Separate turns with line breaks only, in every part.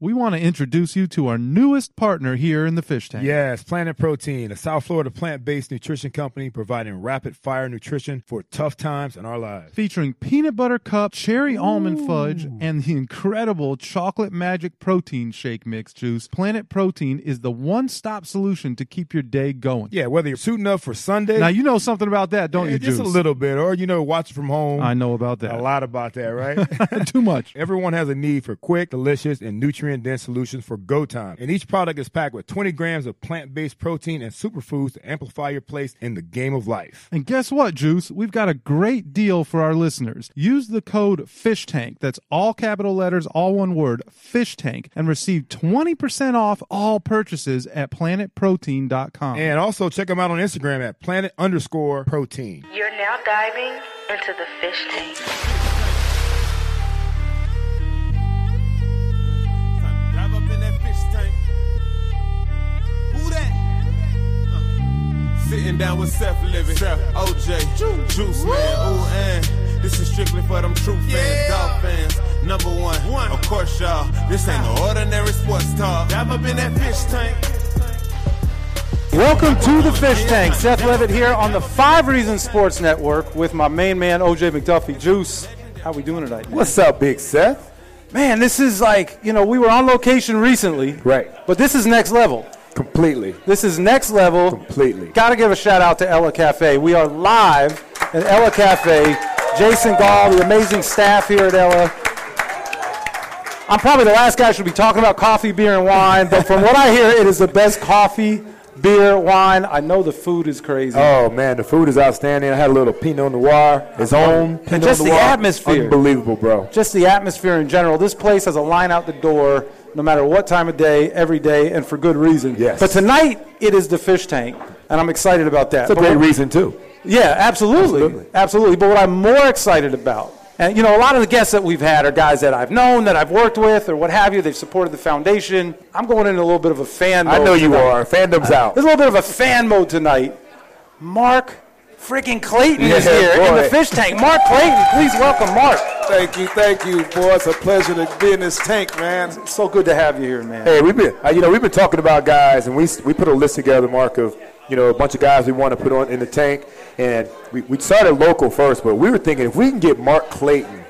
we want to introduce you to our newest partner here in the fish tank.
Yes, Planet Protein, a South Florida plant based nutrition company providing rapid fire nutrition for tough times in our lives.
Featuring peanut butter cup, cherry almond fudge, and the incredible chocolate magic protein shake mix juice, Planet Protein is the one stop solution to keep your day going.
Yeah, whether you're suiting up for Sunday,
Now, you know something about that, don't
eh,
you,
just
Juice?
a little bit, or, you know, watch from home.
I know about that.
A lot about that, right?
Too much.
Everyone has a need for quick, delicious, and nutrient dense solutions for go time. And each product is packed with 20 grams of plant based protein and superfoods to amplify your place in the game of life.
And guess what, Juice? We've got a great deal for our listeners. Use the code FISHTANK, that's all capital letters, all one word, FISHTANK, and receive 20% off all purchases at planetprotein.com.
And also check them out on Instagram at planet underscore protein.
You're now diving into the fish tank.
Time to drive up in that fish tank. Who that? Uh, Sitting down with Seth Living, Seth, OJ, Juice, Man, ooh, and this is strictly for them true fans, dog fans. Number one, of course, y'all. This ain't no ordinary sports talk. Drive up in that fish tank.
Welcome to the Fish Tank. Seth Levitt here on the Five Reasons Sports Network with my main man OJ McDuffie. Juice, how we doing tonight? man?
What's up, Big Seth?
Man, this is like you know we were on location recently,
Right.
But this is next level.
Completely.
This is next level.
Completely.
Got to give a shout out to Ella Cafe. We are live at Ella Cafe. Jason Gall, the amazing staff here at Ella. I'm probably the last guy who should be talking about coffee, beer, and wine, but from what I hear, it is the best coffee, beer, wine. I know the food is crazy.
Oh man, the food is outstanding. I had a little Pinot Noir, his own Pinot
just the
Noir.
atmosphere.
unbelievable, bro.
just the atmosphere in general. This place has a line out the door no matter what time of day, every day, and for good reason.
Yes.
But tonight, it is the fish tank, and I'm excited about that.
That's a
But
great
what-
reason too.
Yeah, absolutely. absolutely.
Absolutely.
But what I'm more excited about, and you know, a lot of the guests that we've had are guys that I've known, that I've worked with, or what have you, they've supported the foundation. I'm going into a little bit of a fan mode.
I know you
tonight.
are. Fandom's out.
There's a little bit of a fan mode tonight. Mark freaking Clayton is
Yeah,
here in the
boy.
fish tank. Mark Clayton, please welcome Mark.
Thank you, thank you, boy. It's a pleasure to be in this tank, man.
It's so good to have you here, man.
Hey, we've been, uh, you know, we've been talking about guys, and we we put a list together, Mark, of you know a bunch of guys we want to put on in the tank, and we, we started local first, but we were thinking if we can get Mark Clayton,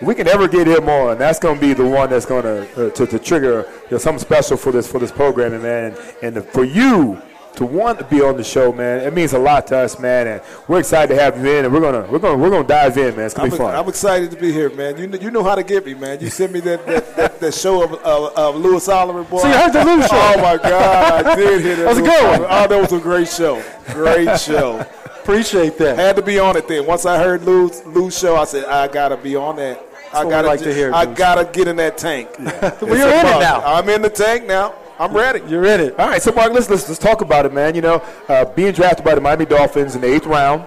if we can ever get him on, that's going to be the one that's going to uh, to to trigger you know, something special for this for this programming, man, and, and for you. To want to be on the show, man, it means a lot to us, man, and we're excited to have you in, and we're gonna we're gonna we're gonna dive in, man. It's gonna
I'm,
be fun.
I'm excited to be here, man. You kn- you know how to get me, man. You sent me that that, that, that show of, of, of Louis Oliver, boy.
So you heard the Lou show.
Oh my God, I did hear that.
That was a
Louis
good one.
Oliver. Oh, that was a great show. Great show.
Appreciate that.
Had to be on it then. Once I heard Lou's Lou's show, I said I gotta be on that. I
what we
gotta
like to
ju-
hear,
I
Lou.
gotta get in that tank.
Well, you're in it now.
I'm in the tank now. I'm ready.
You're in it.
All right, so Mark, let's, let's let's talk about it, man. You know, uh, being drafted by the Miami Dolphins in the eighth round.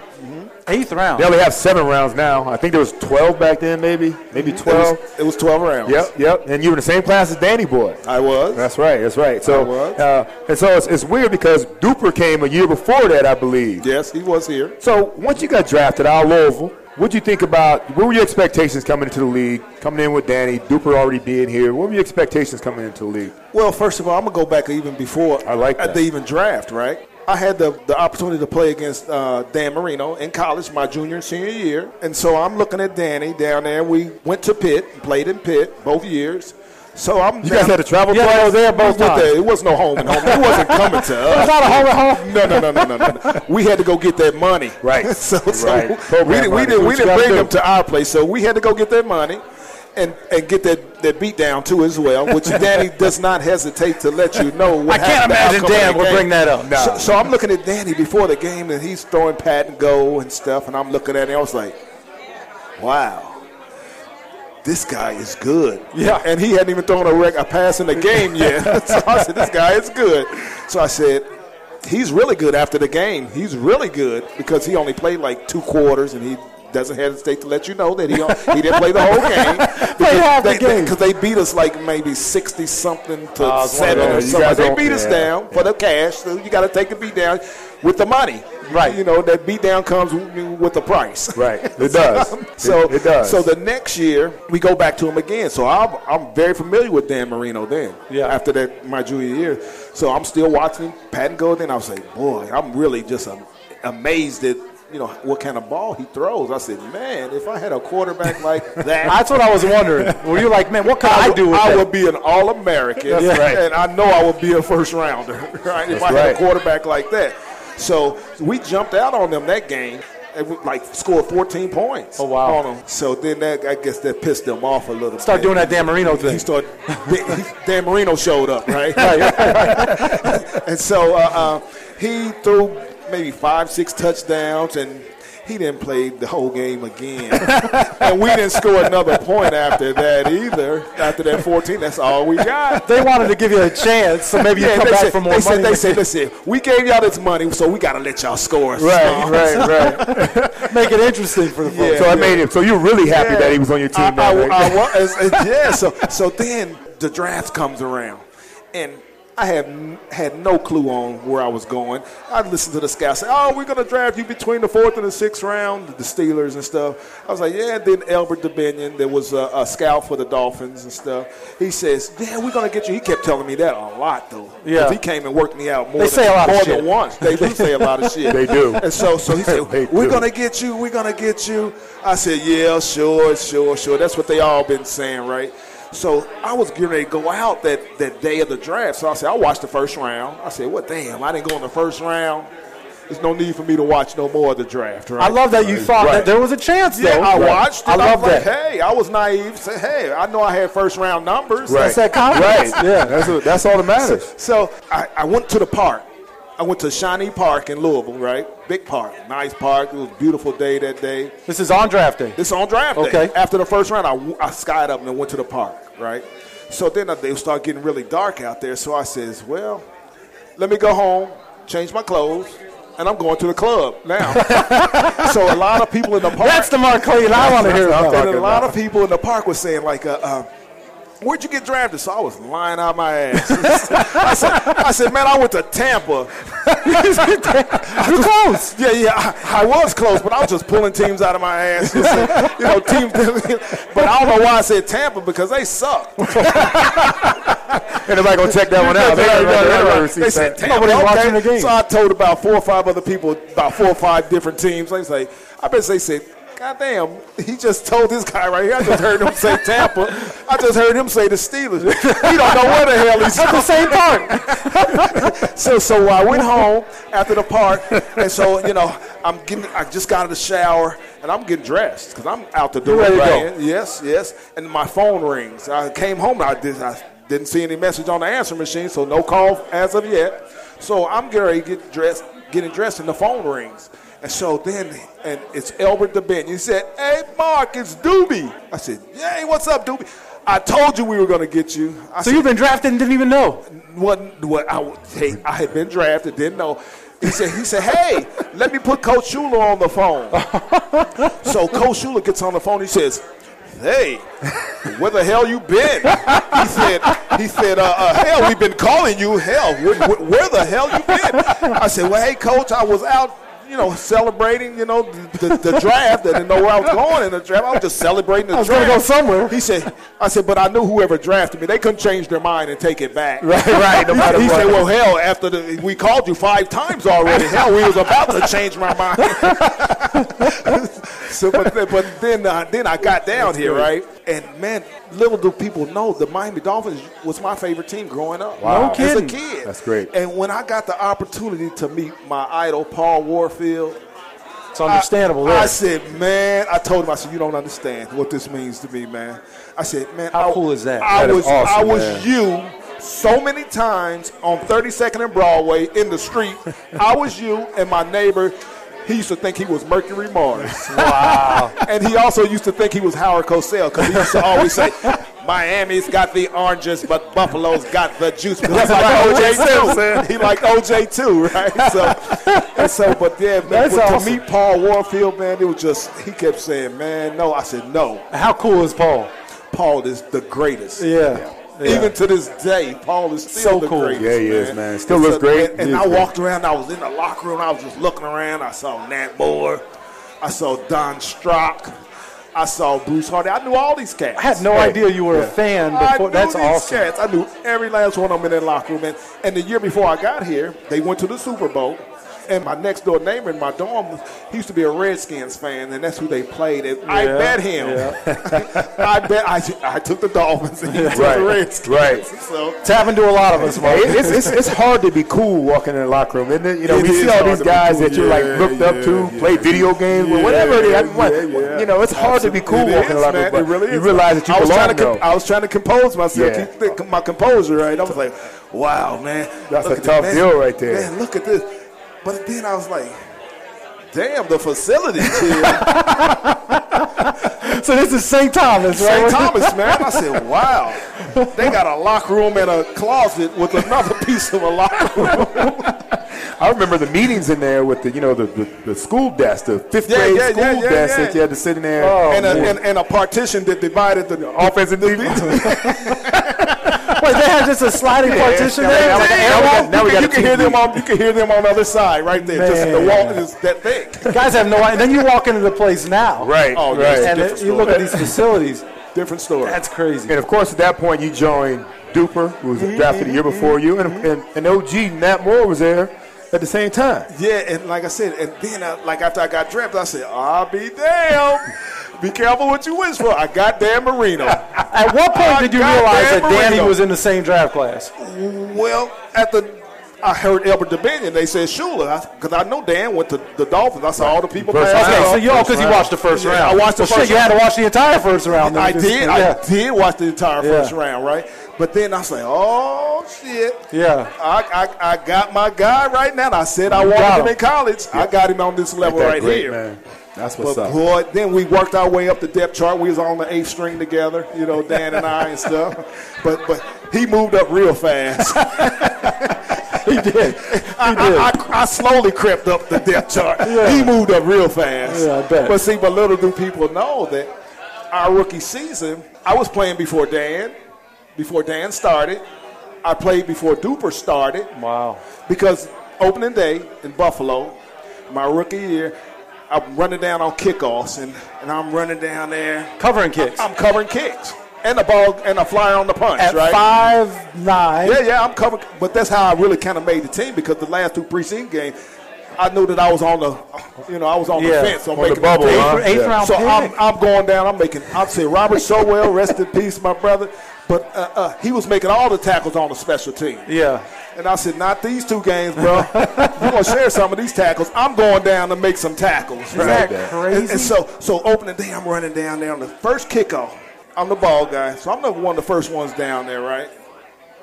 Eighth round.
They only have seven rounds now. I think there was twelve back then, maybe maybe
It was,
twelve.
it was 12 rounds.
Yep, yep. And you were in the same class as Danny Boy.
I was.
That's right. That's right.
I
So
was.
uh, and so it's, it's weird because Duper came a year before that, I believe.
Yes, he was here.
So once you got drafted out of Louisville, what'd you think about? What were your expectations coming into the league? Coming in with Danny Duper already being here. What were your expectations coming into the league?
Well, first of all, I'm gonna go back even before
I like that.
they even draft. Right, I had the, the opportunity to play against uh, Dan Marino in college, my junior and senior year, and so I'm looking at Danny down there. We went to Pitt, played in Pitt both years. So I'm.
You guys had to travel
Yeah,
play
I was there
both
we went
times.
there. It was no home and home. It wasn't coming to us.
not a home and home.
No, no, no, no, no, no. We had to go get that money.
Right.
so so
Right.
we
Program
didn't we
money.
didn't,
What
we
you
didn't
gotta
bring
do?
them to our place, so we had to go get that money. And, and get that, that beat down too as well, which Danny does not hesitate to let you know. What
I
happened,
can't
the
imagine
outcome of
Dan
the
would
game.
bring that up. No.
So, so I'm looking at Danny before the game, and he's throwing pat and go and stuff, and I'm looking at him. I was like, wow, this guy is good.
Yeah.
And he hadn't even thrown a, rec- a pass in the game yet. so I said, this guy is good. So I said, he's really good after the game. He's really good because he only played like two quarters and he doesn't hesitate to let you know that he, he didn't play the whole game. Because
half the
they,
game.
Because they beat us like maybe 60 something to
Oh, it's one of
seven or
those. You
something.
guys
They
don't-
beat us
yeah.
down for the cash. So you got to take the beat down with the money.
Right.
You know that beatdown comes w- with a price.
Right. It does.
so
It- it does.
So the next year we go back to him again. So I'm, I'm very familiar with Dan Marino then.
Yeah.
After that, my junior year, so I'm still watching Patton go. Then I was like, boy, I'm really just um, amazed at you know what kind of ball he throws. I said, man, if I had a quarterback like that,
That's what I was wondering. Were you like, man, what could I,
would-
do with
I
that?
would be an All American,
That's right.
and I know I would be a first rounder, right? if I had
right.
a quarterback like that. So we jumped out on them that game. And we, like scored 14 points.
Oh, wow.
On them. So then that I guess that pissed them off a little.
Start
bit.
doing that Dan Marino thing.
He started. Dan Marino showed up, right? and so uh, uh, he threw maybe five, six touchdowns, and he didn't play the whole game again. and we didn't score another point after that either. After that 14, that's all we got.
They wanted to give you a chance, so maybe you
Yeah,
come
they
back
said,
for more
they
money.
said, they said, listen, we gave y'all this money, so we got to let y'all score.
Right, right, right.
Make it interesting for the folks.
So I made him. So you're really happy that he was on your team.
I,
now,
I-
right?
I was, uh, yeah. So, so then the draft comes around, and I had n- had no clue on where I was going. I listened to the scouts say, "Oh, we're going to draft you between the fourth and the sixth round, the Steelers and stuff." I was like, "Yeah." Then Albert DeBinion, there was a, a scout for the Dolphins and stuff. He says, "Yeah, we're going to get you." He kept telling me that a lot though. 'Cause
Yeah.
he came and worked me out more. than,
They say a lot of
more
shit.
than once. They do say a lot of shit.
They do.
And so, so he said,
They
"We're going to."
do.
gonna get you. We're gonna get you. I said, yeah, sure, sure, sure. That's what they all been saying, right? So I was getting ready to go out that, that day of the draft. So I said, I watched the first round. I said, what? Damn, I didn't go in the first round. There's no need for me to watch no more of the draft, right?
I love that you thought that there was a chance, though.
Yeah, I watched.
I
and
love
was
that.
Like, hey, I was naive. Said, hey, I know I had first round numbers.
right.
That's that confidence.
Right. Yeah. That's what, that's all that matters.
So I, I went to the park. I went to Shawnee Park in Louisville, right? Big park, nice park. It was a beautiful day that day.
This is on draft day.
It's on draft day.
Okay.
After the first round, I, w- I skied up and went to the park, right? So then uh, they start getting really dark out there. So I says, well, let me go home, change my clothes, and I'm going to the club now. so a lot of people in the park.
That's the Mark Clayton I want to hear
That's what I'm
about.
And a
talking
lot of people in the park were saying, like, uh, uh, Where'd you get drafted? So I was lying out my ass. I, said, I said, man, I went to Tampa.
You're close.
Yeah, yeah, I, I was close, but I was just pulling teams out of my ass. you know, teams. But I don't know why I said Tampa because they suck.
Ain't nobody gonna check that one out. They ain't gonna- they ain't gonna receive
They said
that.
Tampa.
Nobody
okay.
watching the game.
So I told about four or five other people about four or five different teams. They was like, I bet they said. God damn, he just told this guy right here. I just heard him say Tampa. I just heard him say the Steelers. He don't know where the hell he's
At the same park.
so so uh, I went home after the park, and so you know I'm getting. I just got out of the shower and I'm getting dressed because I'm out the door.
ready to
right? Yes, yes. And my phone rings. I came home. And I did. I didn't see any message on the answer machine, so no call as of yet. So I'm getting ready to get dressed, getting dressed, and the phone rings. And so then, and it's Albert DeBen. He said, "Hey, Mark, it's Doobie." I said, "Hey, what's up, Doobie?" I told you we were going to get you. I
So
said,
you've been drafted and didn't even know.
what what I would- hey, I had been drafted, didn't know. He said, he said, hey, let me put Coach Shula on the phone. so Coach Shula gets on the phone. He says, hey, where the hell you been? He said, he said, uh, uh, hell, we've been calling you. Hell, where, where, where the hell you been? I said, well, hey, Coach, I was out, you know, celebrating, you know, the, the, the draft. I didn't know where I was going in the draft. I was just celebrating the
I was
draft.
gonna go somewhere.
He said, I said, but I knew whoever drafted me, they couldn't change their mind and take it back. Right,
right, no matter
he
what.
said, well, hell, after the, we called you five times already, hell, we was about to change my mind. so, but, then- but then, uh, then I got down here, right? And man, little do people know, the Miami Dolphins was my favorite team growing up.
Wow.
No kidding.
As a kid.
That's great.
And when I got the opportunity to meet my idol, Paul Warfield,
It's understandable.
I, I
there.
said, man, I told him, I said, you don't understand what this means to me, man. I said, man,
How
I-
cool is that?
I
That is
was, I
awesome,
was
man.
you so many times on 32nd and Broadway in the street. I was you and my neighbor. He used to think he was Mercury Mars. Wow. and he also used to think he was Howard Cosell because he used to always say, Miami's got the oranges, but Buffalo's got the juice. Because he's like OJ too. He like OJ too, right? So, and so, but yeah, man,
That's
to
awesome.
meet Paul Warfield, man, it was just he kept saying, "Man, no." I said, "No,
How cool is Paul?
Paul is the greatest."
Yeah.
Even to this day, Paul is still
So
the
cool.
greatest,
Yeah, he is, man. Still looks
so-
great.
And, and
He is
I
great.
walked around. I was in the locker room. I was just looking around. I saw Nat Moore. I saw Don Strock. I saw Bruce Hardy. I knew all these cats.
I had no idea you were a fan
I
before.
knew
That's
these
awesome.
Cats. I knew every last one of them in that locker room. And, and the year before I got here, they went to the Super Bowl. And my next door neighbor in my dorm, he used to be a Redskins fan, and that's who they played. And I
Yeah,
bet him. I bet I, I took the Dolphins and he took
Right,
the Redskins.
right.
So
It's happened to a lot of us,
Hey,
Mark.
it- it's, it's, it's hard to be cool walking in the locker room, isn't it? You know,
It
we
is
see all
hard
these
to be
guys
cool.
that you're like
Yeah,
looked up to,
yeah,
play video games, or whatever it is. I mean, what-
yeah, yeah.
You know, it's hard to be cool
It
walking in
is,
the locker room.
man.
But
It really is.
you realize that you
I was
belong
trying to,
though.
I was trying to compose myself,
Yeah.
keep the, my composure right. I was like, wow, man.
That's
look
a
at
tough
this, man.
deal right there.
Man, look at this. But then I was like, damn, the facilities here.
So this is St. Thomas, right?
St. Thomas, man. I said, wow. They got a locker room and a closet with another piece of a locker room.
I remember the meetings in there with the, you know, the, the, the school desk, the fifth
Yeah,
grade
yeah, yeah,
school
yeah,
desk
yeah.
that you had to sit in there.
and, a,
man.
and, and a partition that divided the
offense Oh, and defense.
Wait, they had just a sliding partition
yeah,
there?
yeah,
Damn,
now we got- now we
you can,
got
you
a
can
team
hear them
meeting.
on you can hear them on the other side right there. Just the wall is that thick.
Guys have no idea. Then you walk into the place now.
Right,
Oh, yeah,
right.
it's
And
different
it- you look at
story.
these facilities.
Different story.
That's crazy.
And of course, at that point, you joined Duper, who was drafted the year before you, and, and, and OG Nat Moore was there at the same time.
yeah, and like I said, and then I, like after I got drafted, I said, I'll be damned. Be careful what you wish for. I got Dan Marino.
At what point
I
did you
got
realize that
Dan
Danny
Marino.
was in the same draft class?
well, at the I heard Albert Dominion. They said Shula because I know Dan went to the Dolphins. I saw all the people
First
pass
round.
Okay,
out.
so y'all, because you watched the first
Yeah,
round.
I watched the
well,
first
shit, you had to watch the entire first round. then.
I
Just-
did.
yeah.
I did watch the entire
Yeah.
first round, right? But then I say, oh shit.
Yeah.
I, I, I got my guy right now. I said I
You
wanted
got
him
him.
in college. I got him on this level
Ain't that
right
great,
here.
man? That's what's
But
up.
boy, then we worked our way up the depth chart. We was on the eighth string together, you know, Dan and I and stuff. But but he moved up real fast.
He did.
I, I, I, I slowly crept up the depth chart. He moved up real fast.
Yeah, I bet.
But see, but little do people know that our rookie season, I was playing before Dan, before Dan started. I played before Duper started
Wow.
because opening day in Buffalo, my rookie year, I'm running down on kickoffs and, and I'm running down there.
Covering kicks.
I'm covering kicks and the ball and a flyer on the punch,
At
right?
five nine.
Yeah, yeah, I'm covered. But that's how I really kind of made the team because the last two preseason games, I knew that I was on the, you know, I was on
Yeah,
the fence. I'm
on the
making
bubble,
team.
huh?
Eighth- eighth round
So
pick.
I'm, I'm going down. I'm making. I'm saying Robert Sowell, rest in peace, my brother. But uh, uh, he was making all the tackles on the special team.
Yeah.
And I said, not these two games, bro. We're gonna share some of these tackles. I'm going down to make some tackles. Is
that
And,
crazy?
and so, so opening day, I'm running down there on the first kickoff. I'm the ball guy, so I'm the one of the first ones down there, right?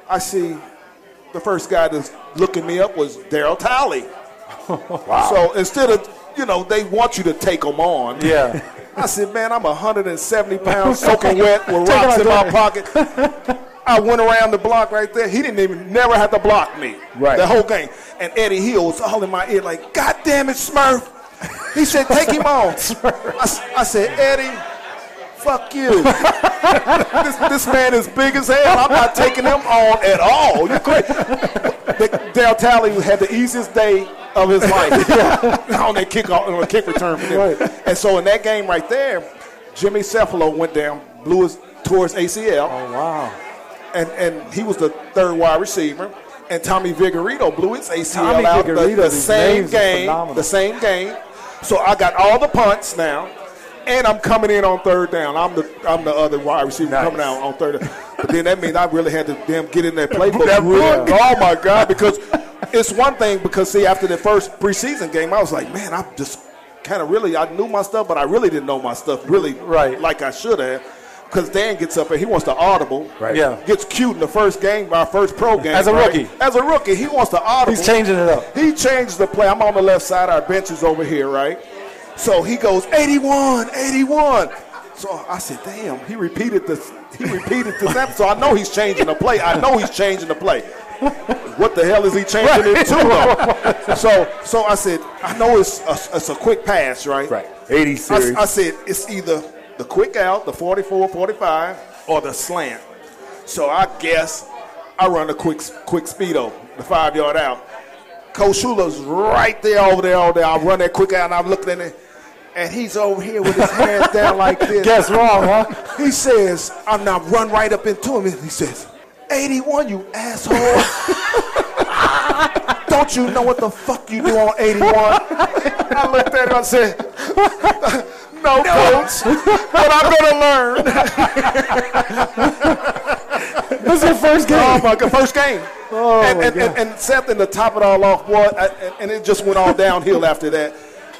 I see the first guy that's looking me up was Daryl Talley. So instead of you know they want you to take them on,
Yeah.
I said, man, I'm 170 pounds, soaking wet, with
Take it
rocks
out
in my
there.
pocket. I went around the block right there. He didn't even never have to block me.
Right.
The whole game. And Eddie Hill was all in my ear, like, God damn it, Smurf. He said, take him on. I, s- I said, Eddie, fuck you. this, this man is big as hell. I'm not taking him on at all. You crazy. The- Dale Talley had the easiest day of his life on that kick on a kick return for them.
Right.
And so in that game right there, Jimmy Cephalo went down, blew his tore his ACL
Oh, wow.
and and he was the third wide receiver. And Tommy Vigorito blew his ACL
Tommy
out the, the
Vigorito, these
same
names are
game,
phenomenal.
the same game. So I got all the punts now, and I'm coming in on third down. I'm the I'm the other wide receiver coming out on third. down. But then that means I really had to damn get in that playbook.
That book.
Oh my god! Because it's one thing because see after the first preseason game, I was like, man, I'm just kind of really I knew my stuff, but I really didn't know my stuff really
Right.
like I should have. Because Dan gets up and he wants to audible.
Right.
Yeah.
Gets cute in the first game, our first pro game.
As a
right?
rookie.
As a rookie, he wants to audible.
He's changing it up.
He changed the play. I'm on the left side. Our bench is over here, right? So he goes 81, 81. So I said, damn. He repeated this. He repeated this. app. So I know he's changing the play. I know he's changing the play. What the hell is he changing it to? though? so, so I said, I know it's a, it's a quick pass, right?
Right. 80
I,
series.
I said it's either the quick out, the 44, 45, or the slant. So I guess I run a quick quick speedo, the five yard out. Coach Shula's right there over there all day. I run that quick out and I'm looking at it, and he's over here with his hands down like this.
Guess wrong, huh?
He says, I'm now run right up into him. And he says, 81, you asshole. Ah, Don't you know what the fuck you do on 81? I looked at him and said, No, coach, but I'm going to learn.
This is your first game.
Oh
Oh,
my god, first game. and,
my
and,
God.
and, and Seth, and to top it all off, boy, I, and, and it just went all downhill after that.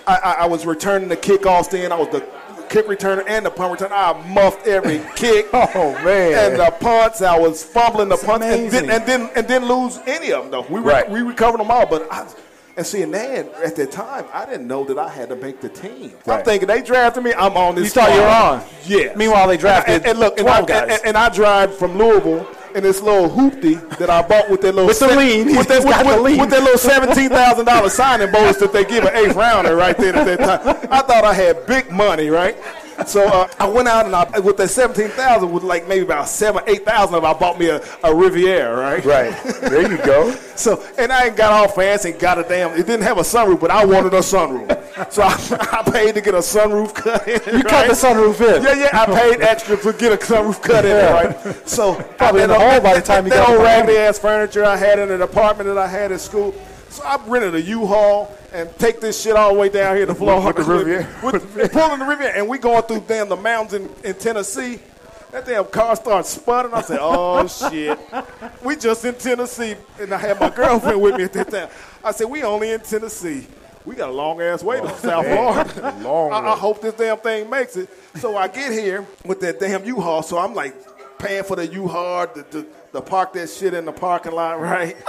I, I, I was returning the kickoffs then. I was the kick returner and the punt returner. I muffed every kick.
Oh, man.
uh,
And the punts, I was fumbling the punts, and
amazing.
didn't, and didn't and didn't lose any of them. Though we re-
Right.
we recovered them all, but. I, and seeing that at that time, I didn't know that I had to make the team. I'm
Right.
thinking they drafted me. I'm on this.
You thought you were on.
Yeah.
Meanwhile, they drafted
and, and look, and I,
12 guys.
and- and- and I drive from Louisville in this little hoopty that I bought with that little
With the lean. He's
with that,
got
with,
the
with-
lean.
with that little seventeen thousand dollar signing bonus that they give an eighth rounder right there at that time. I thought I had big money, right? So uh, I went out and I with that seventeen thousand with like maybe about seven eight thousand of it, I bought me a, a Riviera, right?
Right. There you go.
So and I ain't got all fancy, and got a damn. It didn't have a sunroof, but I wanted a sunroof. So I, I paid to get a sunroof cut. In,
You cut
right?
the sunroof in.
Yeah, yeah, I paid extra to get a sunroof cut in there, right? So
Probably in the hole by the time you
that
got
old
to Miami.
raggedy ass furniture I had in an apartment that I had at school. So I rented a U-Haul and take this shit all the way down here to Florida
with the Riviera.
with- with- pulling the Riviera, and we going through damn the mountains in, in Tennessee. That damn car starts sputting. I said, "Oh shit, we just in Tennessee." And I had my girlfriend with me at that time. I said, "We only in Tennessee. We got a long ass way to South Florida.
Long
I, I
way.
hope this damn thing makes it." So I get here with that damn U-Haul. So I'm like paying for the U-Haul to, to, to park that shit in the parking lot, right?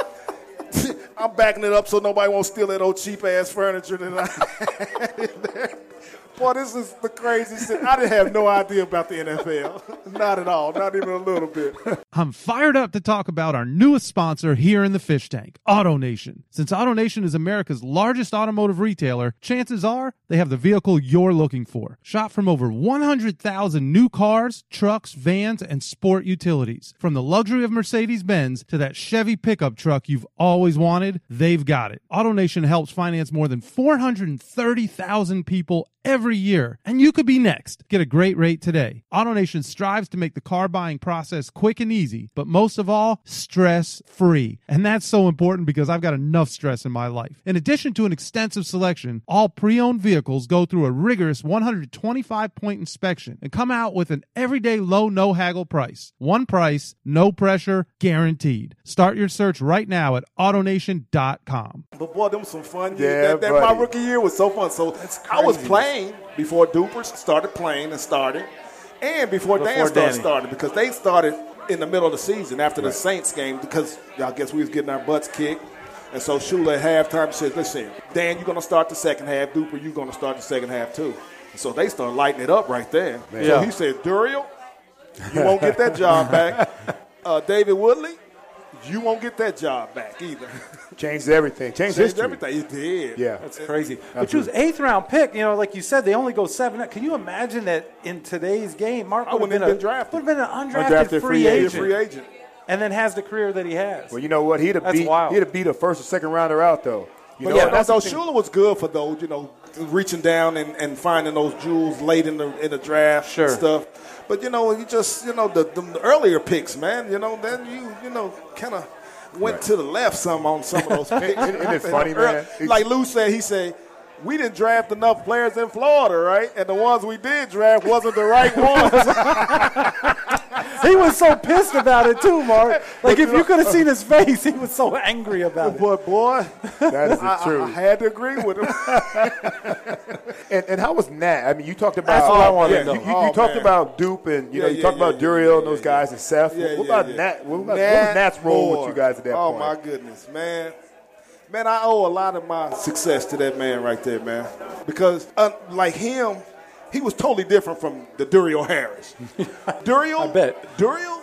I'm backing it up so nobody won't steal that old cheap ass furniture that I had in there. Boy, this is the craziest shit. I didn't have no idea about the NFL. Not at all. Not even a little bit.
I'm fired up to talk about our newest sponsor here in the fish tank, AutoNation. Since AutoNation is America's largest automotive retailer, chances are they have the vehicle you're looking for. Shop from over 100,000 new cars, trucks, vans, and sport utilities. From the luxury of Mercedes Benz to that Chevy pickup truck you've always wanted, they've got it. AutoNation helps finance more than 430,000 people every year, and you could be next. Get a great rate today. AutoNation strives to make the car buying process quick and easy, but most of all, stress free. And that's so important because I've got enough stress in my life. In addition to an extensive selection, all pre owned vehicles go through a rigorous 125 point inspection and come out with an everyday low, no haggle price. One price, no pressure, guaranteed. Start your search right now at AutoNation.com.
But boy, them some fun years.
Yeah,
that, that, my
buddy.
rookie year was so fun. So I was playing before Duper started playing and started, and before, Dan
Before
Star
Danny.
started because they started in the middle of the season after the Saints game because I guess we was getting our butts kicked. And so Shula at halftime says, "Listen, Dan, you're gonna start the second half. Duper, you're gonna start the second half too." And so they start lighting it up right there. So
Yeah.
he said, "Duriel, you won't get that job back. Uh, David Woodley, you won't get that job back either."
Changed everything. Changed,
Changed
history.
everything. It did.
Yeah.
That's
crazy. But you was eighth round pick. You know, like you said, they only go seven. Can you imagine that in today's game, Mark
I
would have been,
wouldn't
a,
have been drafted.
Would have been an undrafted,
Undrafted
free,
free
Be a
agent,
free agent.
and then has the career that he has.
Well, you know what? He'd have
That's
beat.
wild.
He'd have beat a first or second rounder out though. You
But
know
yeah,
what?
that's
the
how
thing.
Shula was good for those, you know, reaching down and, and finding those jewels late in the in the draft
Sure.
and stuff. But you know, you just you know the, the, the earlier picks, man. You know, then you you know kind of went to the left some on some of those picks.
Isn't it
And
funny,
ear-
man? It's-
Like Lou said, he said. We didn't draft enough players in Florida, right? And the ones we did draft wasn't the right ones.
he was so pissed about it too, Mark. Like if you could have seen his face, he was so angry about it.
but boy,
That is the
I, I
truth.
had to agree with him.
And, and how was Nat? I mean, you talked about
That's what I wanted
yeah,
to know.
You, you, you
Oh,
talked
man.
about Dupe and you know
Yeah,
you
yeah,
talked
yeah,
about
yeah,
Duriel
yeah,
and those
yeah,
guys and Seth.
Yeah,
what
yeah,
about
yeah.
Nat? What, about, what was Nat's role
Moore.
with you guys at that
oh,
point?
my goodness, man. Man, I owe a lot of my success to that man right there, man. Because uh, like him, he was totally different from the Duriel Harris. Duriel,
I bet.
Duriel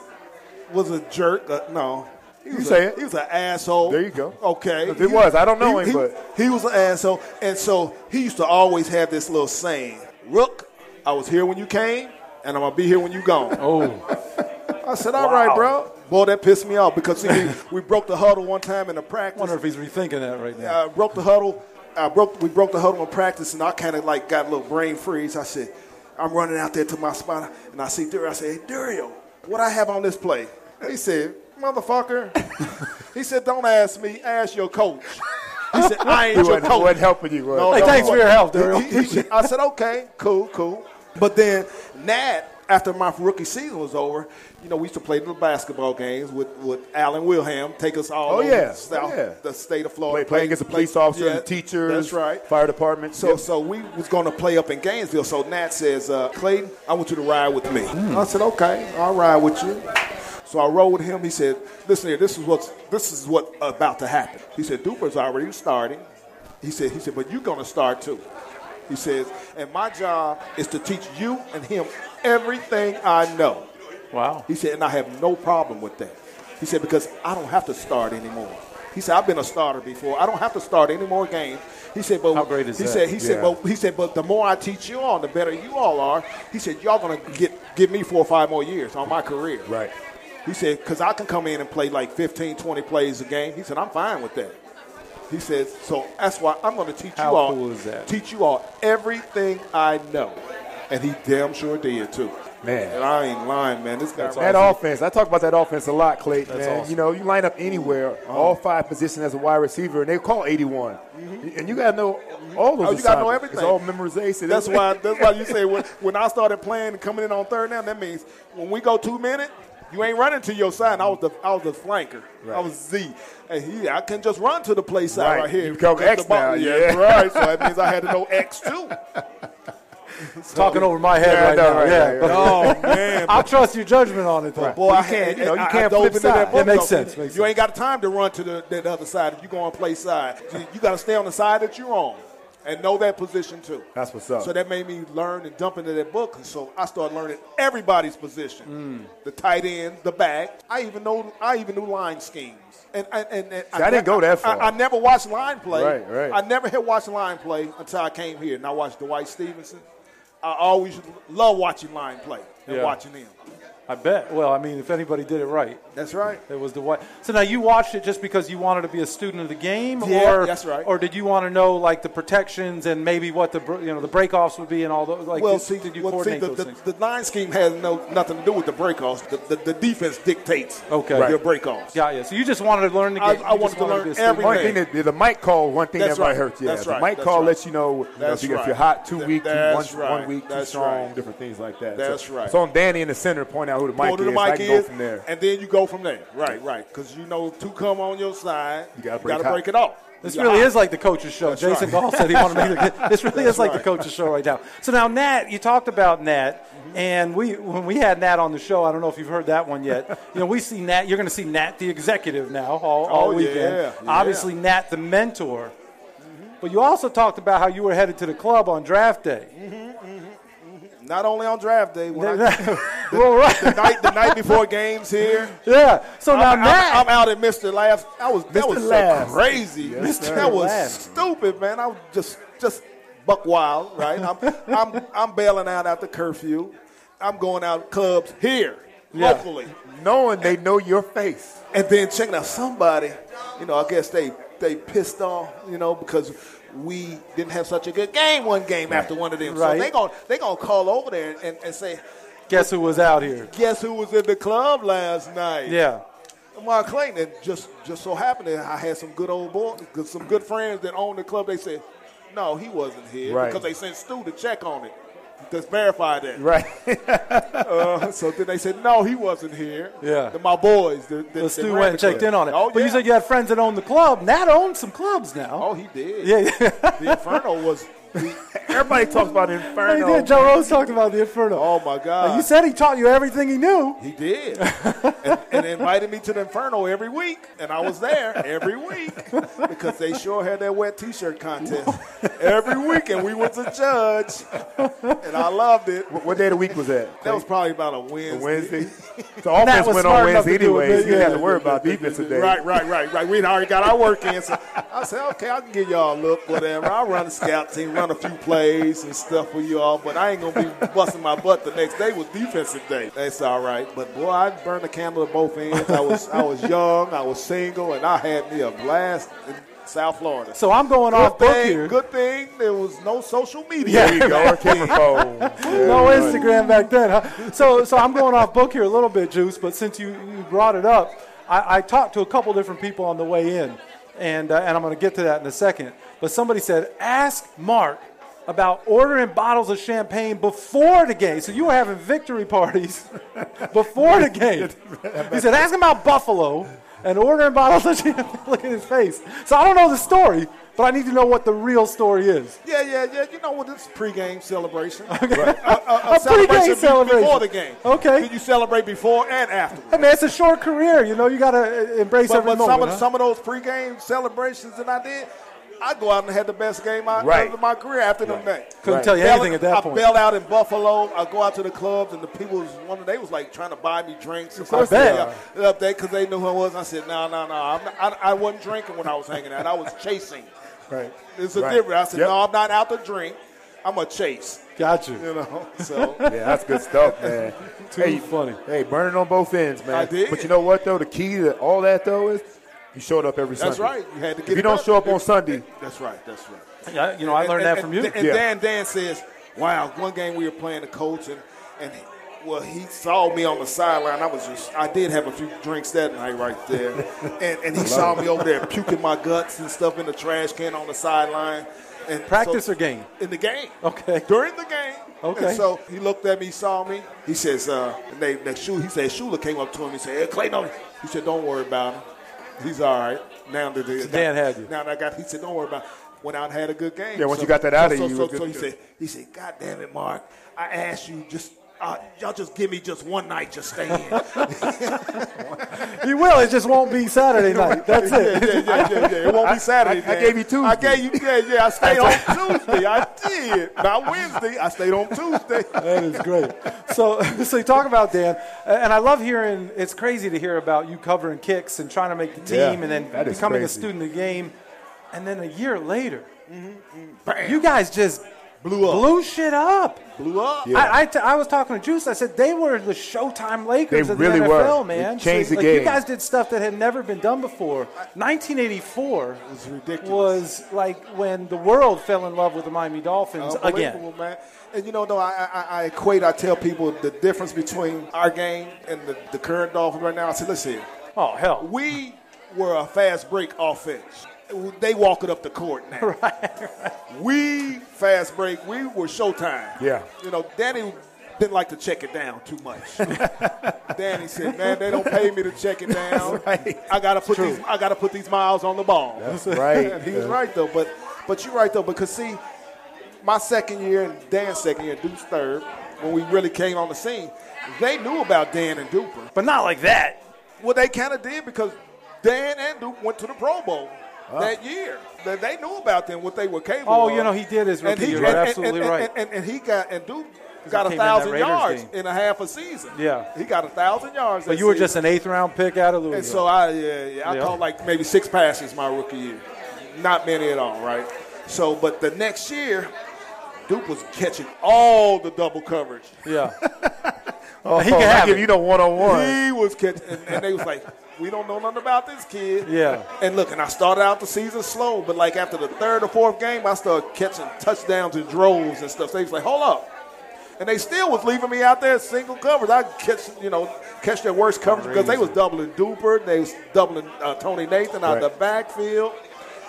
was a jerk. Uh, no. He was
say
a,
it.
He was an asshole.
There you go.
Okay.
If it was, I don't know
he,
him,
he-
but-
he was an asshole. And so he used to always have this little saying, Rook, I was here when you came, and I'm gonna be here when you gone.
Oh,
I said, all right, bro. Boy, that pissed me off because see, we, we broke the huddle one time in the practice.
wonder if he's rethinking that right now.
I broke the huddle. I broke. We broke the huddle in practice, and I kind of like got a little brain freeze. I said, I'm running out there to my spot, and I see Durio. I said, Hey, Durio, what I have on this play? He said, Motherfucker. he said, Don't ask me. Ask your coach. He said, I ain't
He
your
wasn't,
coach.
wasn't helping you. uh, was he?
Hey, thanks for your help, Daryl.
He- he- he- I said, okay, cool, cool. But then Nat, after my rookie season was over, you know, we used to play little basketball games with, with Alan Wilhelm, take us all
Oh,
over
yeah.
the, south,
Oh, yeah.
the state of
Play,
Florida.
playing against the police officer,
yeah,
the teachers,
That's right.
fire department.
So, so we was going to play up in Gainesville. So Nat says, uh, Clayton, I want you to ride with me. I said, okay, I'll ride with you. So I rode with him. He said, listen here, this is what's this is what about to happen. He said, Duper's already starting. He said, he said, but you're going to start too. He says, and my job is to teach you and him everything I know.
Wow.
He said, and I have no problem with that. He said, because I don't have to start anymore. He said, I've been a starter before. I don't have to start any more games. He said, but
How great is
he
that?
said, he said,
Yeah.
but he said, but the more I teach you on, the better you all are. He said, y'all gonna get give me four or five more years on my career.
Right.
He said, because I can come in and play like 15, 20 plays a game. He said, I'm fine with that. He says, so that's why I'm going to teach
How
you all,
cool is that?
teach you all everything I know, and he damn sure did too.
Man.
and I ain't lying, man. This guy, right
That offense, I talk about that offense a lot, Clayton. Man, you know, you line up anywhere,
Uh-huh.
all five positions as a wide receiver, and they call 81, and you gotta know all those.
Mm-hmm. Oh, you gotta know
assignments.
everything.
It's all memorization.
That's why. That's why you say when, when I started playing and coming in on third down. That means when we go two minute, you ain't running to your side. I was the I was the flanker. I was Z, and he I can just run to the play side right,
Right.
here.
You become
because
X
the ball-
now,
Yeah,
yeah.
right. So that means I had to know X too.
Talking over my head
Yeah, I
right
know,
now.
right,
yeah.
right, right.
Oh man.
I trust your judgment on it, though.
Boy,
Well,
I
you can't,
had,
you know, you
I- I
can't
dove
flip
into
side.
That
That
makes
book.
sense, makes
you ain't got time to run to the that other side if you go and play side. You, you got to stay on the side that you're on and know that position too.
That's what's up.
So that made me learn and dump into that book. And so I started learning everybody's position,
Mm.
the tight end, the back. I even know I even knew line schemes. And and, and, and
See, I didn't go that far.
I, I never watched line play.
Right, right.
I never had watched line play until I came here and I watched Dwight Stevenson. I always love watching line play and
Yeah.
watching him.
I bet. Well, I mean, if anybody did it right,
That's right.
it was the white. So now you watched it just because you wanted to be a student of the game,
Yeah,
or
that's right.
Or did you want to know like the protections and maybe what the br- you know the breakoffs would be and all those? Like,
well,
did,
see,
did you
well, see
coordinate
the,
those
the,
things?
the line scheme has no nothing to do with the breakoffs. The, the, the defense dictates
Okay.
your
Right.
breakoffs.
yeah, yeah. So you just wanted to learn the game.
I-
You
I wanted
just
to learn
be a student.
everything.
One thing that the mic call, one thing
That's
that might
right.
hurt you.
That's
the
right.
mic
That's
call
right.
lets you know, you know, if,
That's
you, if
right.
you're hot too
Th-
weak, too one,
that's right.
one week, too
That's
strong,
right.
different things like that.
That's
so,
right.
So on Danny in the center, point out who the mic
Go to
is.
the
I
mic
can
is,
go from there.
and then you go from there. Right, right. Because you know, two come on your side,
You gotta
you
break
gotta
hot.
break it off.
This
You
really
hot.
is like the coach's show.
That's
Jason
right.
Gall said he wanted me to. This really is like
right.
the coach's show right now. So now Nat, you talked about Nat,
Mm-hmm.
and we when we had Nat on the show, I don't know if you've heard that one yet. you know, we see Nat. You're going to see Nat the executive now all, all
Oh, yeah,
weekend.
yeah. Mm-hmm.
Obviously, Nat the mentor. But you also talked about how you were headed to the club on draft day.
Not only on draft day, when I,
well,
the
right.
night the night before games here.
Yeah. So now
I'm, I'm-
Nat.
I'm out at Mr. Laughs. I was that
Mr.
was so
Laughs.
crazy. that was
Laughs.
stupid, man. I was just just buck wild, right? I'm I'm I'm bailing out after curfew. I'm going out clubs here
Yeah.
locally,
Knowing they know your face.
and then checking out somebody. You know, I guess they they pissed off, you know, because we didn't have such a good game one game after one of them.
Right.
So they gonna they gonna call over there and, and say,
guess who was out here?
guess who was in the club last night?
Yeah.
Mark Clayton, it just just so happened that I had some good old boy, some good friends that owned the club. They said, no, he wasn't here
Right.
because they sent Stu to check on it. Just verify that.
Right.
Uh, so then they said, no, he wasn't here.
Yeah.
Then my boys. The, the,
So
the
Stu went and checked in on it.
Oh,
but
yeah.
you said you had friends that owned the club. Nat owns some clubs now.
Oh, he did.
Yeah, yeah.
The Inferno was. the-
Everybody talks about
He
Inferno.
did. Joe Rose talked about the Inferno.
oh my
Like,
God.
you said he taught you everything he knew.
he did, and, and invited me to the Inferno every week, and I was there every week because they sure had that wet T-shirt contest every week, and we was a judge, and I loved it.
What- What day of the week was that?
That was probably about a Wednesday.
Wednesday. The offense
was
went
smart
on
enough
Wednesday
to do it,
anyways. You
yeah.
didn't have to worry about defense today.
Right, right, right, right. We'd already got our work in. So I said, okay, I can give y'all a look, whatever. I'll run the scout team, run down a few plays and stuff for you all, but I ain't gonna be busting my butt the next day was defensive day. That's all right. But boy, I burned the candle at both ends. I was I was young, I was single, and I had me a blast in South Florida.
So I'm going off
Good
book
thing,
here.
good thing there was no social media.
uh, There you go. Camera phone.
No Instagram back then. Huh? So, so I'm going off book here a little bit, Juice. But since you, you brought it up, I, I talked to a couple different people on the way in, and uh, and I'm going to get to that in a second. But somebody said, ask Mark about ordering bottles of champagne before the game. So you were having victory parties before the game. He said, ask him about Buffalo and ordering bottles of champagne. Look at his face. So I don't know the story, but I need to know what the real story is.
Yeah, yeah, yeah. You know what? This is pregame celebration.
A
celebration
pregame
be-
celebration.
before the game.
Okay.
Did you celebrate before and after?
Hey man, it's a short career. You know, you gotta uh, embrace
But,
every
but
moment.
some, of,
huh?
some of those pregame celebrations that I did, I go out and had the best game I,
Right.
of my career after the night.
Couldn't tell you
Bell-
anything at that
I
point.
bailed out in Buffalo. I go out to the clubs, and the people was one of they was like trying to buy me drinks. Of
course they are.
up there because they knew who I was. I said, no, no, no. I'm not- I, I wasn't drinking when I was hanging out. I was chasing.
Right.
It's a
Right.
difference. I said,
Yep.
no, I'm not out to drink. I'm a chase.
Got you.
You know, so
Yeah, that's good stuff, man.
Too funny.
Hey, burning on both ends, man.
I did.
But you know what though? The key to all that though is you showed up every
That's
Sunday.
right. You had to get
If
it
you don't
done.
show up on Sunday,
that's right. That's right.
Yeah, you know, I learned
and,
that from
and-
you.
And
Yeah.
Dan Dan says, "Wow, one game we were playing the coach, and and well, he saw me on the sideline. I was just, I did have a few drinks that night right there, and and he saw me over there puking my guts and stuff in the trash can on the sideline. And
Practice or game?
In the game.
Okay.
During the game.
Okay.
And so he looked at me, saw me. He says, uh, and they, they, Shula, he said, Shula came up to him and said, hey, Clayton, he said, don't worry about him. He's all right. Now that the,
Dan had you.
Now that I got, he said, don't worry about it. When I had a good game.
Yeah, once you got that out
so,
of you,
So,
it was
so he
good.
said, he said, God damn it, Mark. I asked you just, uh, y'all just give me just one night to stay in.
You will. It just won't be Saturday night. That's
yeah,
it.
yeah, yeah, yeah, yeah. It won't
I-
be Saturday.
I- I
Dan.
gave you Tuesday.
I gave you, yeah, yeah. I stayed on Tuesday. I did. Not Wednesday. I stayed on Tuesday.
That is great. So, so you talk about Dan, and I love hearing. It's crazy to hear about you covering kicks and trying to make the team,
Yeah,
and then
that is
becoming a
crazy.
student of the game, and then a year later, you guys just blew
Mm-hmm, up.
blew shit up.
Blew up.
I, I, t- I was talking to Juice. I said they were the Showtime Lakers
They
of
really
the
were.
NFL,
They
man.
changed the
like, You
game.
guys did stuff that had never been done before. 1984 was
ridiculous.
Was like when the world fell in love with the Miami Dolphins again.
Unbelievable, man. And you know, no, I, I, I equate. I tell people the difference between our game and the, the current Dolphins right now. I said, listen, here.
Oh hell,
we were a fast break offense. They walking up the court now. We fast break. We were Showtime.
Yeah.
You know, Danny didn't like to check it down too much. Danny said, "Man, they don't pay me to check it down. I gotta put these. I gotta put these miles on the ball." That's
right.
and he's right though. But but you're right though because see, my second year and Dan's second year, Duke's third, when we really came on the scene, they knew about Dan and Duper.
but not like that.
Well, they kind of did because Dan and Duke went to the Pro Bowl that year. They, they knew about them what they were capable.
Oh,
of.
you know, he did his
And
rookie
he-
year.
and-
You're
and-
absolutely
and-
right.
And, and he got and Duke got a
came in that
thousand
Raiders
yards
game.
in a half a season.
Yeah.
he got a thousand yards.
But
that
you were
season.
just an eighth round pick out of Louisville.
And so I, yeah, yeah, I
Yeah.
caught like maybe six passes my rookie year, not many at all, right? So, but the next year, Duke was catching all the double coverage.
yeah,
oh,
He can
I
have
give
it.
you the one on one.
He was catching, and, and they was like, "We don't know nothing about this kid."
Yeah.
And look, and I started out the season slow, but like after the third or fourth game, I started catching touchdowns and droves and stuff. So they was like, "Hold up," and they still was leaving me out there single coverage. I catch, you know, catch their worst coverage because they was doubling Duper, they was doubling uh, Tony Nathan out the backfield.